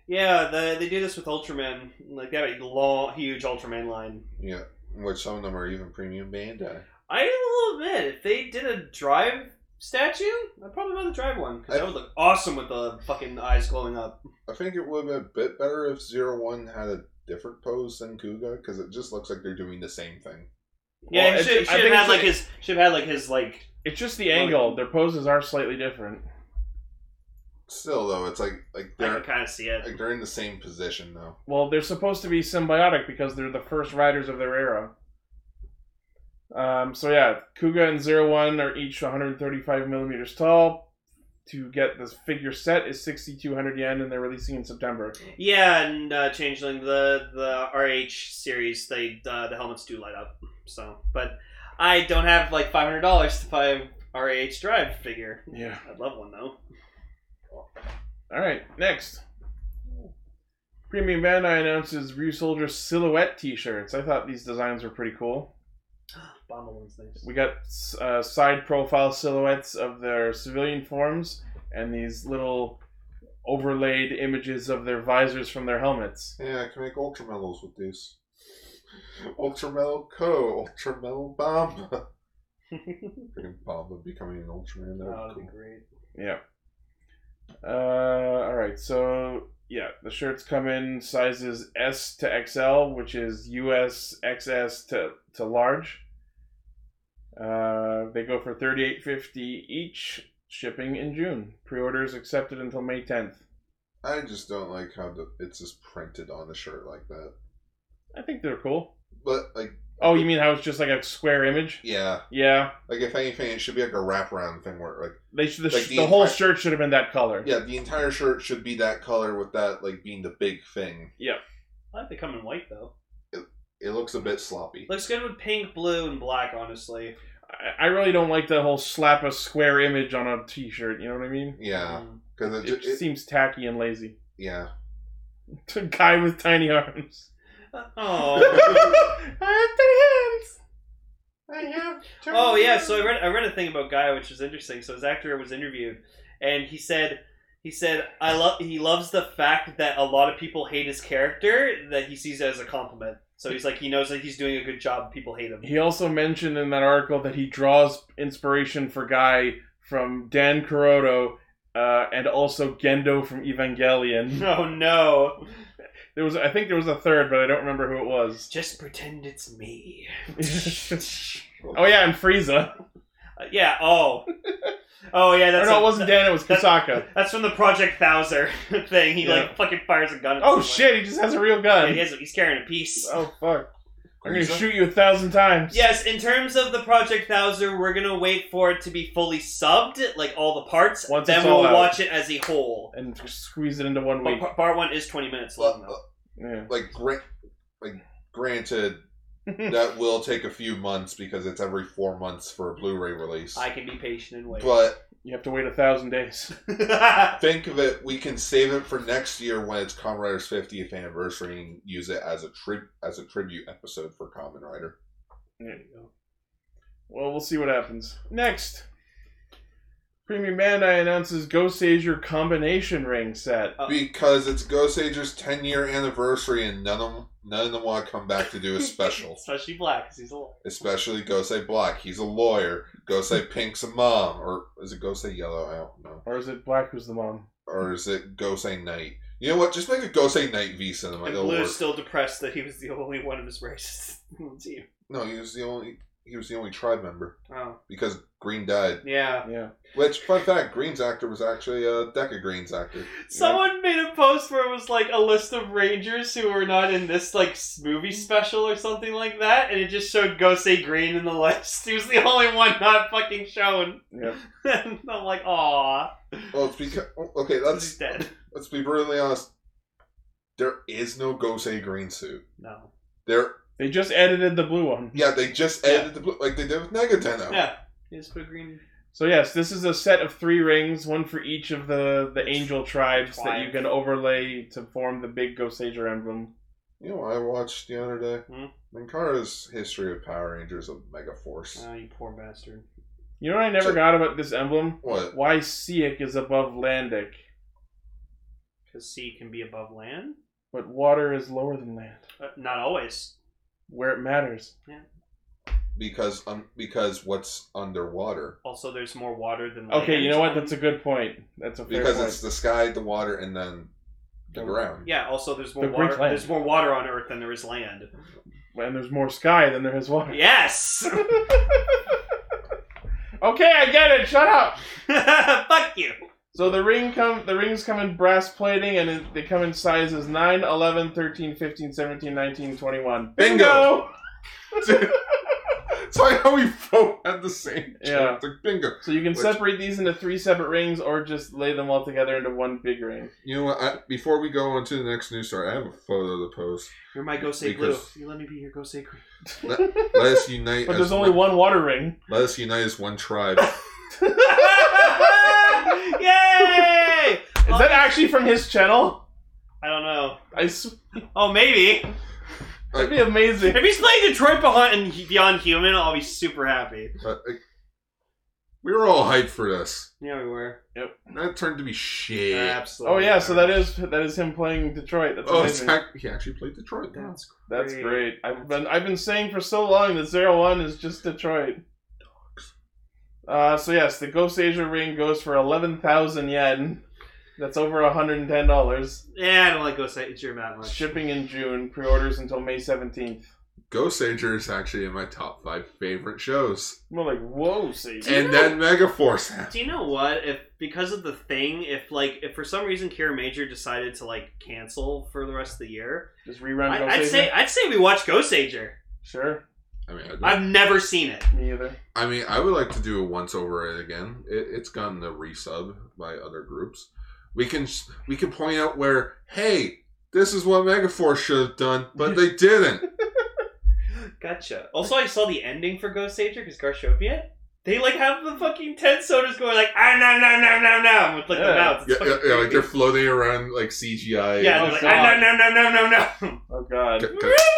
Speaker 3: yeah. The, they do this with Ultraman. Like they have a long, huge Ultraman line.
Speaker 2: Yeah, which some of them are even premium Bandai.
Speaker 3: I will admit, if they did a drive statue, I'd probably rather drive one because
Speaker 2: I-
Speaker 3: that would look awesome with the fucking eyes glowing up.
Speaker 2: I think it would have been a bit better if Zero One had a different pose than Kuga, because it just looks like they're doing the same thing.
Speaker 3: Yeah,
Speaker 4: Well,
Speaker 3: he
Speaker 4: it's-
Speaker 3: should, he
Speaker 4: I
Speaker 3: should
Speaker 4: think
Speaker 3: have had
Speaker 4: it's
Speaker 3: like
Speaker 4: a-
Speaker 3: his should have had like his like
Speaker 4: It's just the angle. Their poses are slightly different.
Speaker 2: Still though, it's like like
Speaker 3: I can
Speaker 2: they're
Speaker 3: kind of see it.
Speaker 2: like they're in the same position though.
Speaker 4: Well, they're supposed to be symbiotic because they're the first riders of their era. Um, so yeah, Kuga and Zero One are each 135 millimeters tall. To get this figure set is 6,200 yen, and they're releasing in September.
Speaker 3: Yeah, and uh, Changeling the the RH series, they uh, the helmets do light up. So, but I don't have like five hundred dollars to buy a RH Drive figure.
Speaker 4: Yeah.
Speaker 3: I'd love one though.
Speaker 4: All right, next. Premium Bandai announces Ryu Soldier silhouette T-shirts. I thought these designs were pretty cool.
Speaker 3: Bomber one's nice.
Speaker 4: We got uh, side profile silhouettes of their civilian forms and these little overlaid images of their visors from their helmets.
Speaker 2: Yeah, I can make ultra mellows with these. Ultra mellow co, ultra mellow bomba. Freaking bomba becoming an Ultraman. That
Speaker 3: Oh,
Speaker 2: would
Speaker 3: that'd
Speaker 2: be
Speaker 3: be
Speaker 2: cool.
Speaker 3: great.
Speaker 4: Yeah. Uh, all right, so yeah, the shirts come in sizes S to XL, which is US XS to to large. Uh, they go for thirty eight fifty each. Shipping in June. Pre-orders accepted until May tenth.
Speaker 2: I just don't like how the, it's just printed on the shirt like that.
Speaker 4: I think they're cool.
Speaker 2: But like,
Speaker 4: Oh, you mean how it's just like a square image?
Speaker 2: yeah,
Speaker 4: Yeah,
Speaker 2: like if anything, it should be like a wraparound thing where like,
Speaker 4: they should, the,
Speaker 2: Like
Speaker 4: sh-
Speaker 2: the
Speaker 4: the whole
Speaker 2: entire-
Speaker 4: shirt should have been that color.
Speaker 2: yeah, the entire shirt should be that color with that like being the big thing.
Speaker 3: I like they come in white though.
Speaker 2: It looks a bit sloppy.
Speaker 3: Looks good with pink, blue, and black. Honestly.
Speaker 4: I, I really don't like that whole slap a square image on a T-shirt. You know what I mean? Mm.
Speaker 2: Yeah,
Speaker 3: Um,
Speaker 2: because it,
Speaker 4: It
Speaker 2: ju-
Speaker 4: just
Speaker 2: it,
Speaker 4: seems tacky and lazy.
Speaker 2: yeah.
Speaker 4: Guy with tiny arms.
Speaker 3: oh.
Speaker 4: I
Speaker 2: I have.
Speaker 3: Oh yeah, so I read I read a thing about Guy, which was interesting. So his actor was interviewed, and he said he said I love he loves the fact that a lot of people hate his character that he sees it as a compliment. So he's like he knows that he's doing a good job. People hate him.
Speaker 4: He also mentioned in that article that he draws inspiration for Guy from Dan Kuroto uh, and also Gendo from Evangelion.
Speaker 3: Oh no!
Speaker 4: There was, I think, there was a third, but I don't remember who it was.
Speaker 3: Just pretend it's me.
Speaker 4: oh yeah, and Frieza.
Speaker 3: Uh, yeah. Oh. Oh yeah.
Speaker 4: Or
Speaker 3: That's
Speaker 4: no,
Speaker 3: a-
Speaker 4: it wasn't Dan. It was Kusaka.
Speaker 3: That's from the Project Thouser thing. He
Speaker 4: Yeah.
Speaker 3: like fucking fires a gun. At
Speaker 4: Oh
Speaker 3: someone.
Speaker 4: shit, he just has a real
Speaker 3: Yeah, he
Speaker 4: gun.
Speaker 3: has, he's carrying a piece.
Speaker 4: Oh fuck, I'm gonna
Speaker 2: Frieza?
Speaker 4: shoot you a thousand times.
Speaker 3: Yes, in terms of the Project Thouser, we're gonna wait for it to be fully subbed, like all the parts.
Speaker 4: Once
Speaker 3: then
Speaker 4: it's
Speaker 3: we'll
Speaker 4: all out.
Speaker 3: watch it as a whole.
Speaker 4: and squeeze it into one
Speaker 3: But
Speaker 4: week.
Speaker 3: par- part one is twenty minutes long though.
Speaker 4: Yeah.
Speaker 2: like gra- like granted that will take a few months because it's every four months for a blu-ray release
Speaker 3: I can be patient and wait.
Speaker 2: but
Speaker 4: You have to wait a thousand days.
Speaker 2: think of it we can save it for next year when it's Kamen Rider's 50th anniversary and use it as a trib as a tribute episode for Kamen Rider
Speaker 4: Well, we'll see what happens. Next. Premium Bandai announces Ghost Azure combination ring set.
Speaker 3: Oh.
Speaker 2: because it's Ghost Ager's 10 year anniversary and none of them none of them want to come back to do a special
Speaker 3: Especially Black, 'cause he's a little.
Speaker 2: especially Gosei Black he's a lawyer Gosei Pink's a mom or is it Gosei Yellow I don't know
Speaker 4: Or is it Black who's the mom?
Speaker 2: or is it Gosei Knight? You know what? Just make a Gosei Knight V cinema.
Speaker 3: And
Speaker 2: It'll work.
Speaker 3: Blue's still depressed that he was the only one of his race on the team.
Speaker 2: No, he was the only he was the only tribe member
Speaker 3: Oh,
Speaker 2: because Green died.
Speaker 3: yeah.
Speaker 4: Yeah.
Speaker 2: Which fun fact, Green's actor was actually uh, Deca Green's actor.
Speaker 3: Someone made a post where it was like a list of Rangers who were not in this like s- movie special or something like that, and it just showed Gosei Green in the list. He was the only one not fucking shown.
Speaker 4: Yeah.
Speaker 3: and I'm like, aw,
Speaker 2: Well, it's because okay,
Speaker 3: he's
Speaker 2: let's
Speaker 3: dead.
Speaker 2: let's be brutally honest. There is no Gosei Green suit.
Speaker 3: No.
Speaker 2: There,
Speaker 4: They just edited the blue one.
Speaker 2: yeah, they just edited the blue like they did with Negateno.
Speaker 3: Yeah. He's put green.
Speaker 4: So yes, this is a set of three rings, one for each of the, the angel tribes that you
Speaker 3: Tribe.
Speaker 4: can overlay to form the big Ghost Azure emblem.
Speaker 2: You know, what I watched the other day
Speaker 3: Hmm.
Speaker 2: Mankara's History of Power Rangers of Mega Force.
Speaker 3: Oh, you poor bastard.
Speaker 4: You know what I never
Speaker 2: So-
Speaker 4: got about this emblem?
Speaker 2: What?
Speaker 4: Why Seik is above Landic,
Speaker 3: Because sea can be above land?
Speaker 4: but water is lower than land,
Speaker 3: Uh, not always.
Speaker 4: where it matters.
Speaker 2: Because um, because what's underwater.
Speaker 3: Also, there's more water than land.
Speaker 4: Okay, you know what? That's a good point. That's a fair
Speaker 2: because
Speaker 4: point.
Speaker 2: it's the sky, the water, and then the ground.
Speaker 3: Yeah, also, there's more
Speaker 4: The
Speaker 3: water.
Speaker 4: Greek land.
Speaker 3: There's more water on Earth than there is land.
Speaker 4: and there's more sky than there is water.
Speaker 3: Yes!
Speaker 4: okay, I get it. Shut up.
Speaker 3: Fuck you!
Speaker 4: So the ring come the rings come in brass plating and it, they come in sizes 9, 11, 13, 15, 17, 19, 21.
Speaker 2: Bingo!
Speaker 4: Bingo!
Speaker 2: it's like how we both had the same.
Speaker 4: Yeah.
Speaker 2: It's like bingo.
Speaker 4: So you can
Speaker 2: Which-
Speaker 4: separate these into three separate rings or just lay them all together into one big ring.
Speaker 2: You know what? I, before we go on to the next news story, I have a photo to post.
Speaker 3: You're my go say glue.
Speaker 2: Because-
Speaker 3: You let me be your go say glue.
Speaker 2: Let us unite.
Speaker 4: But
Speaker 2: as
Speaker 4: there's only
Speaker 2: one,
Speaker 4: one water ring.
Speaker 2: Let us unite as one tribe.
Speaker 3: Yay!
Speaker 4: Is that actually from his channel?
Speaker 3: I don't know.
Speaker 4: I s-
Speaker 3: Oh, maybe.
Speaker 4: that'd be amazing.
Speaker 3: If he's playing Detroit Beyond, Beyond Human, I'll be super happy.
Speaker 2: Uh, we were all hyped for this.
Speaker 3: Yeah, we were.
Speaker 2: That turned to be shit.
Speaker 4: Oh
Speaker 3: Absolutely.
Speaker 4: yeah, so that is that is him playing Detroit. That's
Speaker 2: oh,
Speaker 4: amazing.
Speaker 2: Zach, he actually played Detroit. Wow.
Speaker 3: That's
Speaker 4: That's
Speaker 3: great.
Speaker 4: great. I've been I've been saying for so long that Zero One is just Detroit. Uh, so yes, the Ghost Asia ring goes for eleven thousand yen. That's over hundred and ten dollars.
Speaker 3: Yeah, Eh, I don't like Ghost Jim that much.
Speaker 4: Shipping in June. Pre-orders until May seventeenth.
Speaker 2: Ghost Sager is actually in my top five favorite shows.
Speaker 4: More like whoa, Sage.
Speaker 3: Do you
Speaker 2: and
Speaker 3: know-
Speaker 2: then Megaforce happened.
Speaker 3: Do you know what? If because of the thing, if like if for some reason Kira Major decided to like cancel for the rest of the year,
Speaker 4: Just rerun
Speaker 3: I,
Speaker 4: Ghost
Speaker 3: I'd
Speaker 4: Asia.
Speaker 3: say I'd say we watch Ghost Ager.
Speaker 4: sure.
Speaker 2: I mean, I,
Speaker 3: I've never seen it.
Speaker 4: Me either.
Speaker 2: I mean, I would like to do a once over it again. It, it's gotten the resub by other groups. We can s- we can point out where hey, this is what Megaforce should have done, but they didn't.
Speaker 3: Gotcha. Also, I saw the ending for Ghost Ager because Garshopia. They like have the fucking ten sodas going like ah no no no no no with like the
Speaker 4: Yeah.
Speaker 3: mouths.
Speaker 2: yeah,
Speaker 3: It's
Speaker 2: yeah,
Speaker 3: fucking
Speaker 2: yeah, like they're
Speaker 3: creepy.
Speaker 2: floating around like CGI.
Speaker 3: yeah, they're
Speaker 4: Oh,
Speaker 3: like
Speaker 4: God.
Speaker 3: ah no no no no no no.
Speaker 4: Oh god.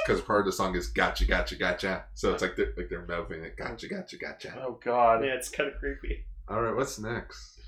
Speaker 2: because part of the song is "Gotcha, Gotcha, Gotcha," so it's like they're like they're mouthing it "Gotcha, Gotcha,
Speaker 3: Uh,
Speaker 2: Gotcha."
Speaker 4: Oh god.
Speaker 3: yeah, it's kind of creepy.
Speaker 2: All right, what's next?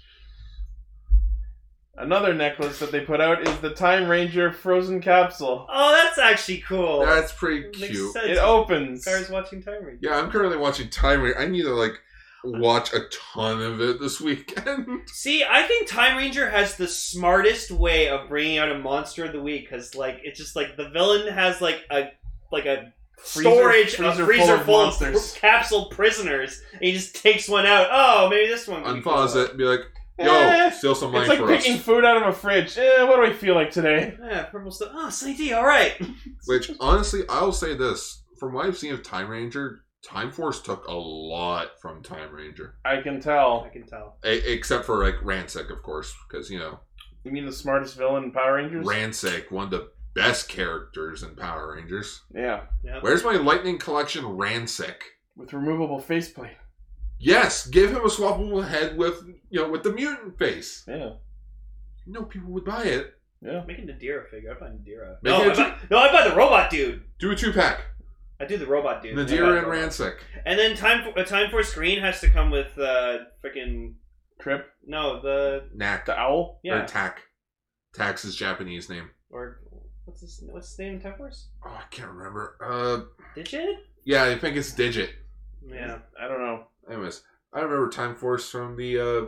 Speaker 4: Another necklace that they put out is the Time Ranger Frozen Capsule.
Speaker 3: Oh, that's actually cool.
Speaker 2: That's pretty
Speaker 3: It makes
Speaker 2: cute.
Speaker 3: sense.
Speaker 4: It opens.
Speaker 3: Cars watching Time Ranger.
Speaker 2: Yeah, I'm currently watching Time Ra- I need to like watch a ton of it this weekend.
Speaker 3: See, I think Time Ranger has the smartest way of bringing out a monster of the week because, like, it's just like the villain has like a like a
Speaker 4: Freezer-
Speaker 3: storage
Speaker 4: freezer
Speaker 3: a freezer
Speaker 4: full of
Speaker 3: full of,
Speaker 4: monsters.
Speaker 3: pr- capsule prisoners, and he just takes one out. Oh, maybe this one. could be
Speaker 2: Unpause
Speaker 3: cool.
Speaker 2: it and be like, yo,
Speaker 4: Eh,
Speaker 2: steal some money
Speaker 4: It's like
Speaker 2: for
Speaker 4: picking
Speaker 2: us.
Speaker 4: food out of a fridge. Eh, what do I feel like today?
Speaker 3: Yeah, purple stuff. Oh, CD. All right.
Speaker 2: Which honestly, I'll say this. From what I've seen of Time Ranger, Time Force took a lot from Time Ranger.
Speaker 4: I can
Speaker 3: I
Speaker 4: tell.
Speaker 3: can tell.
Speaker 2: A- except for like Rancic, of course, because you know,
Speaker 4: You mean the smartest villain in Power Rangers?
Speaker 2: Rancic, one of the best characters in Power Rangers.
Speaker 4: yeah,
Speaker 3: Yep.
Speaker 2: Where's my Lightning Collection Rancic?
Speaker 4: with removable faceplate.
Speaker 2: Yes, give him a swappable head with you know with the mutant face.
Speaker 4: Yeah,
Speaker 2: No people would buy it.
Speaker 4: yeah.
Speaker 3: Making Nadira figure. I find Nadira.
Speaker 2: Make
Speaker 3: No,
Speaker 2: it
Speaker 3: I
Speaker 2: a-
Speaker 3: buy, no, I buy the robot dude.
Speaker 2: Do a two pack.
Speaker 3: I do the robot dude.
Speaker 2: Nadira and
Speaker 3: I buy the robot.
Speaker 2: Rancic.
Speaker 3: And then time for, a time for screen has to come with uh freaking
Speaker 4: Trip
Speaker 3: no the
Speaker 2: Knack.
Speaker 4: the owl.
Speaker 3: yeah.
Speaker 2: Or Tak. Tak's his Japanese name.
Speaker 3: or what's his what's his name in Time Force?
Speaker 2: Oh, I can't remember. Uh,
Speaker 3: Digit?
Speaker 2: yeah, I think it's Digit.
Speaker 3: Yeah.
Speaker 4: I don't know.
Speaker 2: Anyways, I remember Time Force from the uh,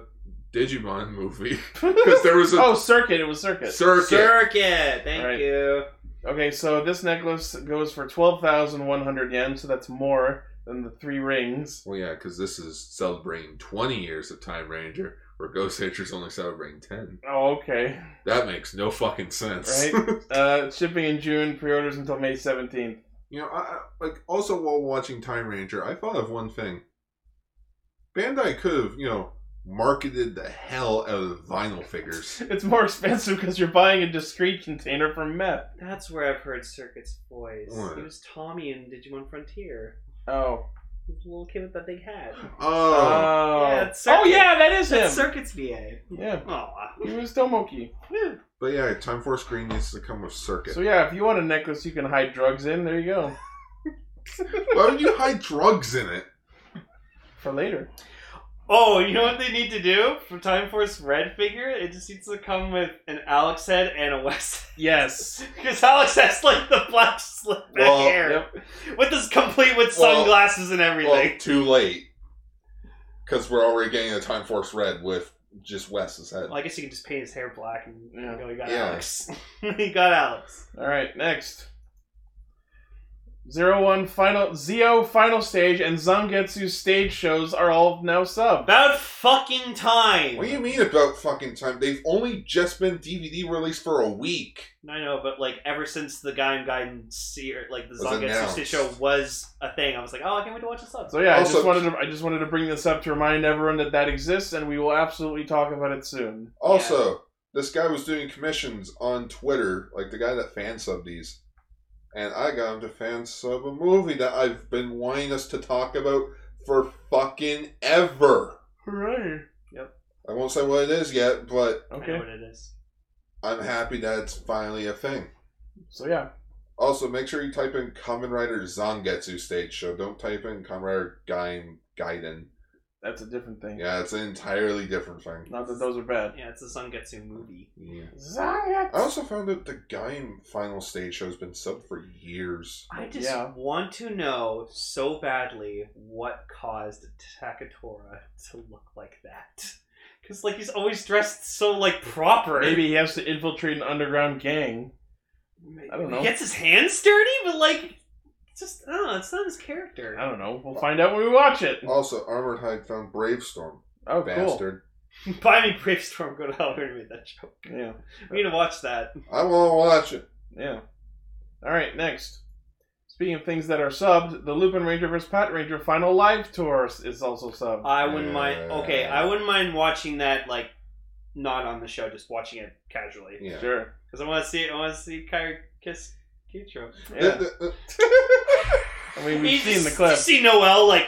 Speaker 2: Digimon movie because there was a
Speaker 4: oh, circuit. It was circuit.
Speaker 2: circuit.
Speaker 3: Circuit. Thank
Speaker 4: Right.
Speaker 3: you.
Speaker 4: okay, so this necklace goes for twelve thousand one hundred yen. So that's more than the three rings.
Speaker 2: well, yeah, because this is celebrating 20 years of Time Ranger, where Ghost Ranger's only celebrating 10.
Speaker 4: Oh, okay.
Speaker 2: That makes no fucking sense.
Speaker 4: Right. uh, shipping in June. Pre-orders until May seventeenth.
Speaker 2: You know, I, I- like also while watching Time Ranger, I thought of one thing. Bandai could have, you know, marketed the hell out of vinyl figures.
Speaker 4: It's more expensive because you're buying a discrete container for meth.
Speaker 3: That's where I've heard Circuit's voice.
Speaker 2: What?
Speaker 3: He was Tommy in Digimon Frontier.
Speaker 4: Oh.
Speaker 3: He was a little kid with that big hat.
Speaker 2: Oh,
Speaker 3: Yeah,
Speaker 4: Oh.
Speaker 3: it's
Speaker 4: oh
Speaker 3: circuit.
Speaker 4: yeah, that is him.
Speaker 3: That's Circuit's VA.
Speaker 4: yeah.
Speaker 3: Aw.
Speaker 4: He was Tomoki.
Speaker 3: Whew.
Speaker 2: but yeah, Time Force Green needs to come with Circuit.
Speaker 4: So yeah, if you want a necklace you can hide drugs in, there you go.
Speaker 2: Why would you hide drugs in it?
Speaker 4: For later.
Speaker 3: Oh, you know what they need to do for Time Force Red figure? It just needs to come with an Alex head and a West
Speaker 4: Yes.
Speaker 3: Because Alex has like the black slick back
Speaker 2: Well,
Speaker 3: hair. With this complete with
Speaker 2: Well,
Speaker 3: sunglasses and everything.
Speaker 2: too late. Because we're already getting a Time Force Red with just Wes's head.
Speaker 3: Well, I guess you can just paint his hair black and
Speaker 4: Yeah.
Speaker 3: go, you got
Speaker 2: Yeah.
Speaker 3: Alex. you got Alex.
Speaker 4: Alright, next. Zero One Final Zio Final Stage and Zangetsu stage shows are all now subbed.
Speaker 3: About fucking time.
Speaker 2: What do you mean about fucking time? They've only just been DVD released for a week.
Speaker 3: I know, but like ever since the Gaim Gaim seer, like the
Speaker 2: Was
Speaker 3: Zangetsu
Speaker 2: announced.
Speaker 3: Stage show was a thing, I was like, oh, I can't wait to watch this up.
Speaker 4: So yeah, I just
Speaker 2: Also-
Speaker 4: wanted to I just wanted to bring this up to remind everyone that that exists, and we will absolutely talk about it soon.
Speaker 2: Also, this guy was doing commissions on Twitter, like the guy that fan subbed these, and I got him to fan sub a movie that I've been wanting us to talk about for fucking ever.
Speaker 4: Hooray!
Speaker 2: I won't say what it is yet, but
Speaker 3: I know
Speaker 4: Okay,
Speaker 3: what it is.
Speaker 2: I'm happy that it's finally a thing.
Speaker 4: so yeah,
Speaker 2: Also, make sure you type in Kamen Rider Zangetsu stage show. Don't type in Kamen Rider Gaim Gaiden.
Speaker 4: that's a different thing.
Speaker 2: Yeah, it's an entirely different thing.
Speaker 4: Not that those are bad.
Speaker 3: Yeah, it's a Zangetsu movie.
Speaker 2: Yeah.
Speaker 4: Zangetsu.
Speaker 2: I also found out the Gaim final stage show has been subbed for years.
Speaker 3: I just
Speaker 4: Yeah.
Speaker 3: want to know so badly what caused Takatora to look like that. Because like he's always dressed so like proper.
Speaker 4: Maybe he has to infiltrate an underground gang. I don't know.
Speaker 3: He gets his hands dirty, but like, it's just I don't know. It's not his character.
Speaker 4: I don't know. We'll find out when we watch it.
Speaker 2: Also, Armored Hyde found Bravestorm.
Speaker 4: Oh, cool.
Speaker 2: Bastard.
Speaker 3: Buy me Brave Storm. Go to hell. We're gonna make that joke.
Speaker 4: Yeah,
Speaker 3: We need to watch that.
Speaker 2: I want to watch it.
Speaker 4: yeah. All right, next. Speaking of things that are subbed, the Lupin Ranger vs. Pat Ranger final live tour is also subbed.
Speaker 3: I wouldn't mind.
Speaker 2: Uh.
Speaker 3: Okay, I wouldn't mind watching that. Like, not on the show, just watching it casually.
Speaker 2: Yeah.
Speaker 4: Sure.
Speaker 3: Because I want to see. I want to see Kyrie kiss Kitro.
Speaker 4: Yeah.
Speaker 2: Th- th-
Speaker 4: I mean, we've seen the clip.
Speaker 3: See Noel like.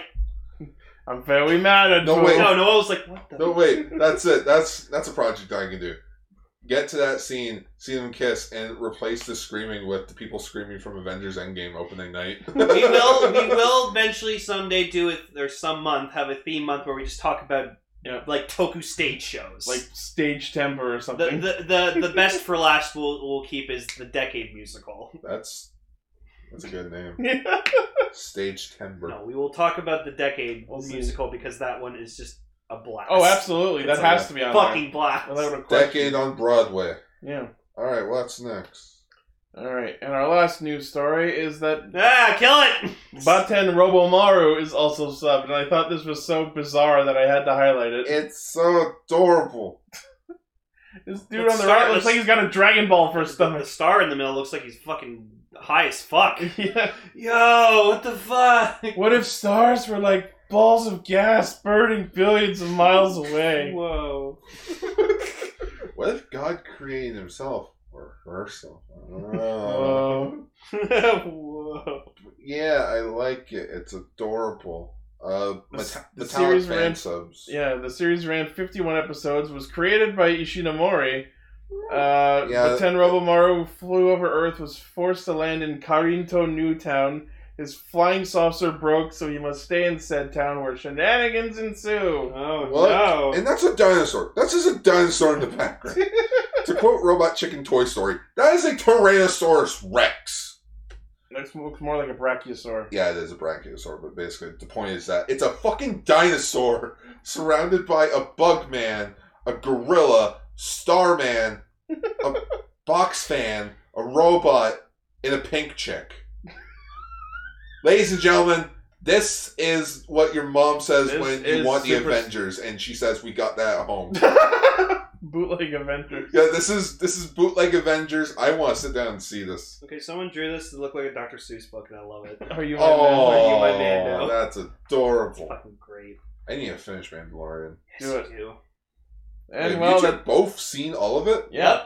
Speaker 4: I'm very mad at
Speaker 2: No,
Speaker 4: you.
Speaker 2: wait.
Speaker 3: No, Noel was like, what the?
Speaker 2: no, wait. That's it. That's that's a project I can do. Get to that scene, see them kiss, and replace the screaming with the people screaming from Avengers Endgame opening night.
Speaker 3: we will. We will eventually someday do it, or some month have a theme month where we just talk about
Speaker 4: Yeah.
Speaker 3: like Toku stage shows,
Speaker 4: Like stage temper or
Speaker 3: The,
Speaker 4: something.
Speaker 3: the, the, the best for last we'll, we'll keep is the decade musical.
Speaker 2: That's that's a good name.
Speaker 4: Yeah.
Speaker 2: Stage Timber.
Speaker 3: No, we will talk about the decade
Speaker 4: We'll see.
Speaker 3: musical because that one is just a blast.
Speaker 4: oh, absolutely. That
Speaker 2: It's
Speaker 4: has
Speaker 2: a
Speaker 4: to be on
Speaker 3: Fucking
Speaker 4: there.
Speaker 3: blast.
Speaker 4: Without a question.
Speaker 2: Decade on Broadway.
Speaker 4: Yeah.
Speaker 2: All right, what's next?
Speaker 4: All right. And our last news story is that
Speaker 3: Ah, kill it!
Speaker 4: Baten Robomaru is also subbed, and I thought this was so bizarre that I had to highlight it.
Speaker 2: It's so adorable.
Speaker 4: this dude
Speaker 3: Let's
Speaker 4: on the
Speaker 3: start-
Speaker 4: right looks
Speaker 3: let's-
Speaker 4: like he's got a Dragon Ball for his
Speaker 3: the
Speaker 4: stomach.
Speaker 3: star in the middle looks like he's fucking high as fuck.
Speaker 4: yeah.
Speaker 3: Yo, what the fuck?
Speaker 4: What if stars were like balls of gas burning billions of miles away?
Speaker 3: Whoa.
Speaker 2: What if God created himself or herself? I don't know.
Speaker 4: Oh,
Speaker 3: Whoa.
Speaker 2: yeah, I like it. It's adorable. Uh,
Speaker 4: The
Speaker 2: meta-
Speaker 4: s- the
Speaker 2: metallic
Speaker 4: series
Speaker 2: fan
Speaker 4: ran-
Speaker 2: subs.
Speaker 4: yeah, the series ran 51 episodes, was created by Ishinomori. Uh,
Speaker 2: Yeah.
Speaker 4: Baten Robomaru flew over Earth, was forced to land in Karinto New Town. His flying saucer broke, so he must stay in said town where shenanigans
Speaker 2: Uh.
Speaker 4: ensue.
Speaker 3: Oh,
Speaker 2: What?
Speaker 3: no.
Speaker 2: And that's a dinosaur. That's just a dinosaur in the background. to quote Robot Chicken Toy Story, that is a Tyrannosaurus Rex.
Speaker 4: Looks looks more like a brachiosaur.
Speaker 2: Yeah, it is a brachiosaur, but basically the point is that it's a fucking dinosaur surrounded by a bug man, a gorilla, starman, a box fan, a robot, and a pink chick. Ladies and gentlemen, this is what your mom says
Speaker 4: This
Speaker 2: when you
Speaker 4: is
Speaker 2: want
Speaker 4: super-
Speaker 2: the Avengers, and she says we got that at home.
Speaker 4: Bootleg Avenger.
Speaker 2: yeah, this is this is bootleg Avengers. I want to sit down and see this.
Speaker 3: Okay, someone drew this to look like a Dr. Seuss book, and I love it.
Speaker 4: Are you my man? Are you my man
Speaker 2: Oh,
Speaker 4: now?
Speaker 2: that's
Speaker 3: It's
Speaker 2: adorable.
Speaker 3: fucking great.
Speaker 2: I need to finish Mandalorian.
Speaker 3: Yes,
Speaker 4: Do it.
Speaker 3: you do.
Speaker 4: And
Speaker 2: Have
Speaker 4: well,
Speaker 2: you two
Speaker 4: that,
Speaker 2: both seen all of it?
Speaker 4: yeah.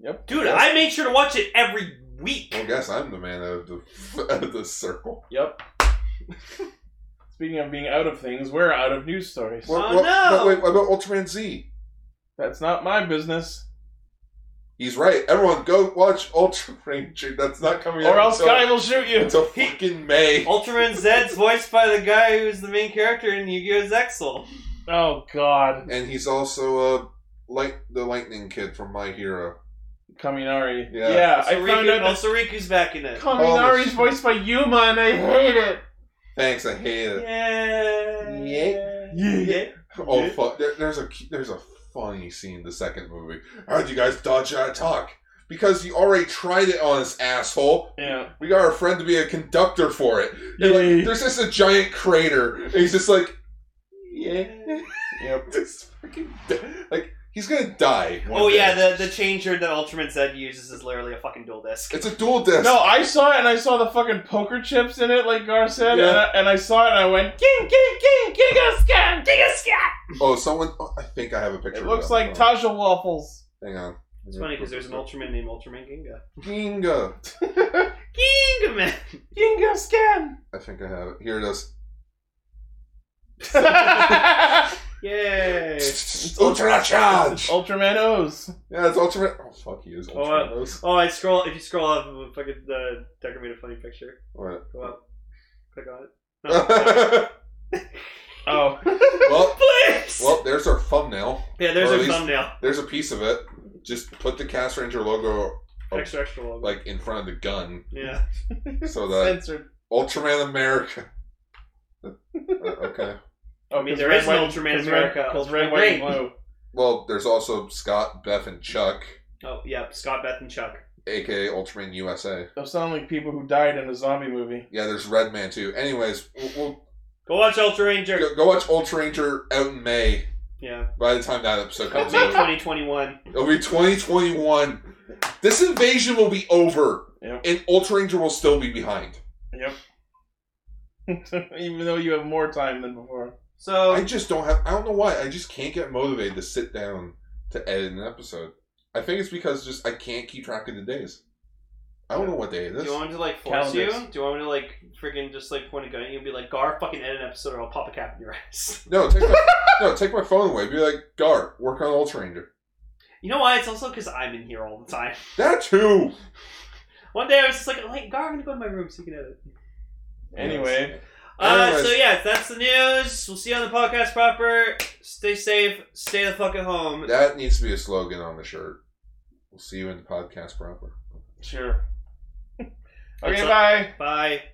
Speaker 3: Yep. Dude,
Speaker 2: Yes.
Speaker 3: I made sure to watch it every week.
Speaker 2: Well, I guess I'm the man of the of the circle.
Speaker 4: Yep. Speaking of being out of things, we're out of news stories.
Speaker 3: Well- Oh,
Speaker 2: what,
Speaker 3: no!
Speaker 2: But wait, what about Ultraman Z?
Speaker 4: That's not my business.
Speaker 2: He's right. Everyone, go watch Ultra Ranger. That's not coming out
Speaker 4: or else
Speaker 2: until,
Speaker 4: Guy will shoot you.
Speaker 2: until fucking May.
Speaker 3: Ultraman Zed's voiced by the guy who's the main character in Yu-Gi-Oh! Zexal.
Speaker 4: Oh God,
Speaker 2: And he's also uh, light the Lightning Kid from My Hero.
Speaker 4: Kaminari.
Speaker 2: Yeah.
Speaker 4: yeah I
Speaker 3: Also,
Speaker 4: found
Speaker 3: Riku,
Speaker 4: out that
Speaker 3: also Riku's oh, back in it.
Speaker 4: Kaminari's
Speaker 2: shit.
Speaker 4: voiced by Yuma, and I hate it.
Speaker 2: Thanks, I hate it.
Speaker 3: Yeah.
Speaker 2: Yeah.
Speaker 4: Yeah.
Speaker 3: Yeah.
Speaker 2: Oh fuck! There, there's a there's a funny scene in the second movie. How'd you guys dodge that attack? because you already tried it on us, asshole.
Speaker 4: Yeah.
Speaker 2: We got our friend to be a conductor for it. They're like,
Speaker 4: Yay.
Speaker 2: There's just a giant crater, and he's just like, yeah,
Speaker 4: Yep.
Speaker 2: just freaking di- like he's gonna die. one
Speaker 3: Oh
Speaker 2: day.
Speaker 3: yeah, the the changer that Ultraman Zed uses is literally a fucking dual disc.
Speaker 2: it's a dual disc.
Speaker 4: No, I saw it and I saw the fucking poker chips in it, like Gar said, and, I,
Speaker 2: Yeah.
Speaker 4: and I saw it and I went, "King, king, king, king of scan."
Speaker 3: Dig a scat!
Speaker 2: Oh, someone. oh, I think I have a picture.
Speaker 4: It
Speaker 2: of
Speaker 4: looks
Speaker 2: on
Speaker 4: like
Speaker 2: my phone.
Speaker 4: Taja waffles.
Speaker 2: Hang on.
Speaker 3: It's funny because there's an Ultraman named Ultraman Ginga.
Speaker 2: Ginga.
Speaker 3: Ginga man.
Speaker 4: King of scan.
Speaker 2: I think I have it. Here it is.
Speaker 3: Yay!
Speaker 2: Ultra charge.
Speaker 4: Ultraman O's.
Speaker 2: Yeah, it's ultra. Oh fuck, he is
Speaker 3: Oh,
Speaker 2: ultra.
Speaker 3: Oh, I scroll. If you scroll up, we'll fucking the Decker made a funny picture.
Speaker 2: What?
Speaker 3: Go up, click on it. No,
Speaker 2: well,
Speaker 4: Oh,
Speaker 3: please.
Speaker 2: well, there's our thumbnail.
Speaker 3: yeah, there's
Speaker 2: or
Speaker 3: a
Speaker 2: at least-
Speaker 3: thumbnail.
Speaker 2: There's a piece of it. Just put the Cast Ranger logo Oh.
Speaker 3: Extra extra logo.
Speaker 2: like uh, in front of the gun,
Speaker 3: yeah.
Speaker 2: so that
Speaker 4: censored.
Speaker 2: Ultraman America. Uh, okay.
Speaker 4: Oh,
Speaker 3: I mean,
Speaker 4: 'cause
Speaker 3: there
Speaker 4: red,
Speaker 3: is no
Speaker 4: white-
Speaker 3: Ultraman
Speaker 4: 'cause
Speaker 3: America.
Speaker 4: red- 'cause red,
Speaker 3: Ultraman
Speaker 4: white, and
Speaker 3: Green.
Speaker 4: blue.
Speaker 2: Well, there's also Scott, Beth, and Chuck,
Speaker 3: Oh, yeah. Scott, Beth, and Chuck.
Speaker 2: aka Ultraman USA.
Speaker 4: Those sound like people who died in a zombie movie.
Speaker 2: Yeah, there's Red Man too. Anyways, we'll, we'll
Speaker 3: Go watch Ultra Ranger.
Speaker 2: go, go watch Ultra Ranger out in May.
Speaker 3: Yeah.
Speaker 2: By the time that episode
Speaker 3: It'll
Speaker 2: comes
Speaker 3: be
Speaker 2: out,
Speaker 3: 2021.
Speaker 2: it'll be 2021. This invasion will be over,
Speaker 4: Yep.
Speaker 2: and Ultra Ranger will still be behind.
Speaker 4: Even though you have more time than before.
Speaker 2: I
Speaker 3: So
Speaker 2: just don't have. I don't know why. I just can't get motivated to sit down to edit an episode. I think it's because just I can't keep track of the days. I don't know what day it
Speaker 3: do
Speaker 2: is.
Speaker 3: you want me to like force
Speaker 4: Calendars.
Speaker 3: you? Do you want me to like freaking just like point a gun at you and be like, "Gar, fucking edit an episode, or I'll pop a cap in your ass."
Speaker 2: No, take my, no, take my phone away. Be like, Gar, work on Ultra Ranger.
Speaker 3: You know why? It's also because I'm in here all the time.
Speaker 2: That too.
Speaker 3: One day I was just like, "Like, Gar, I'm gonna go to my room so you can edit."
Speaker 4: Anyway,
Speaker 3: Uh, so
Speaker 2: Anyways.
Speaker 3: yeah, that's the news. We'll see you on the podcast proper. Stay safe. Stay the fuck at home.
Speaker 2: that needs to be a slogan on the shirt. We'll see you in the podcast proper.
Speaker 4: sure. okay,
Speaker 3: It's a-
Speaker 4: bye.
Speaker 3: Bye.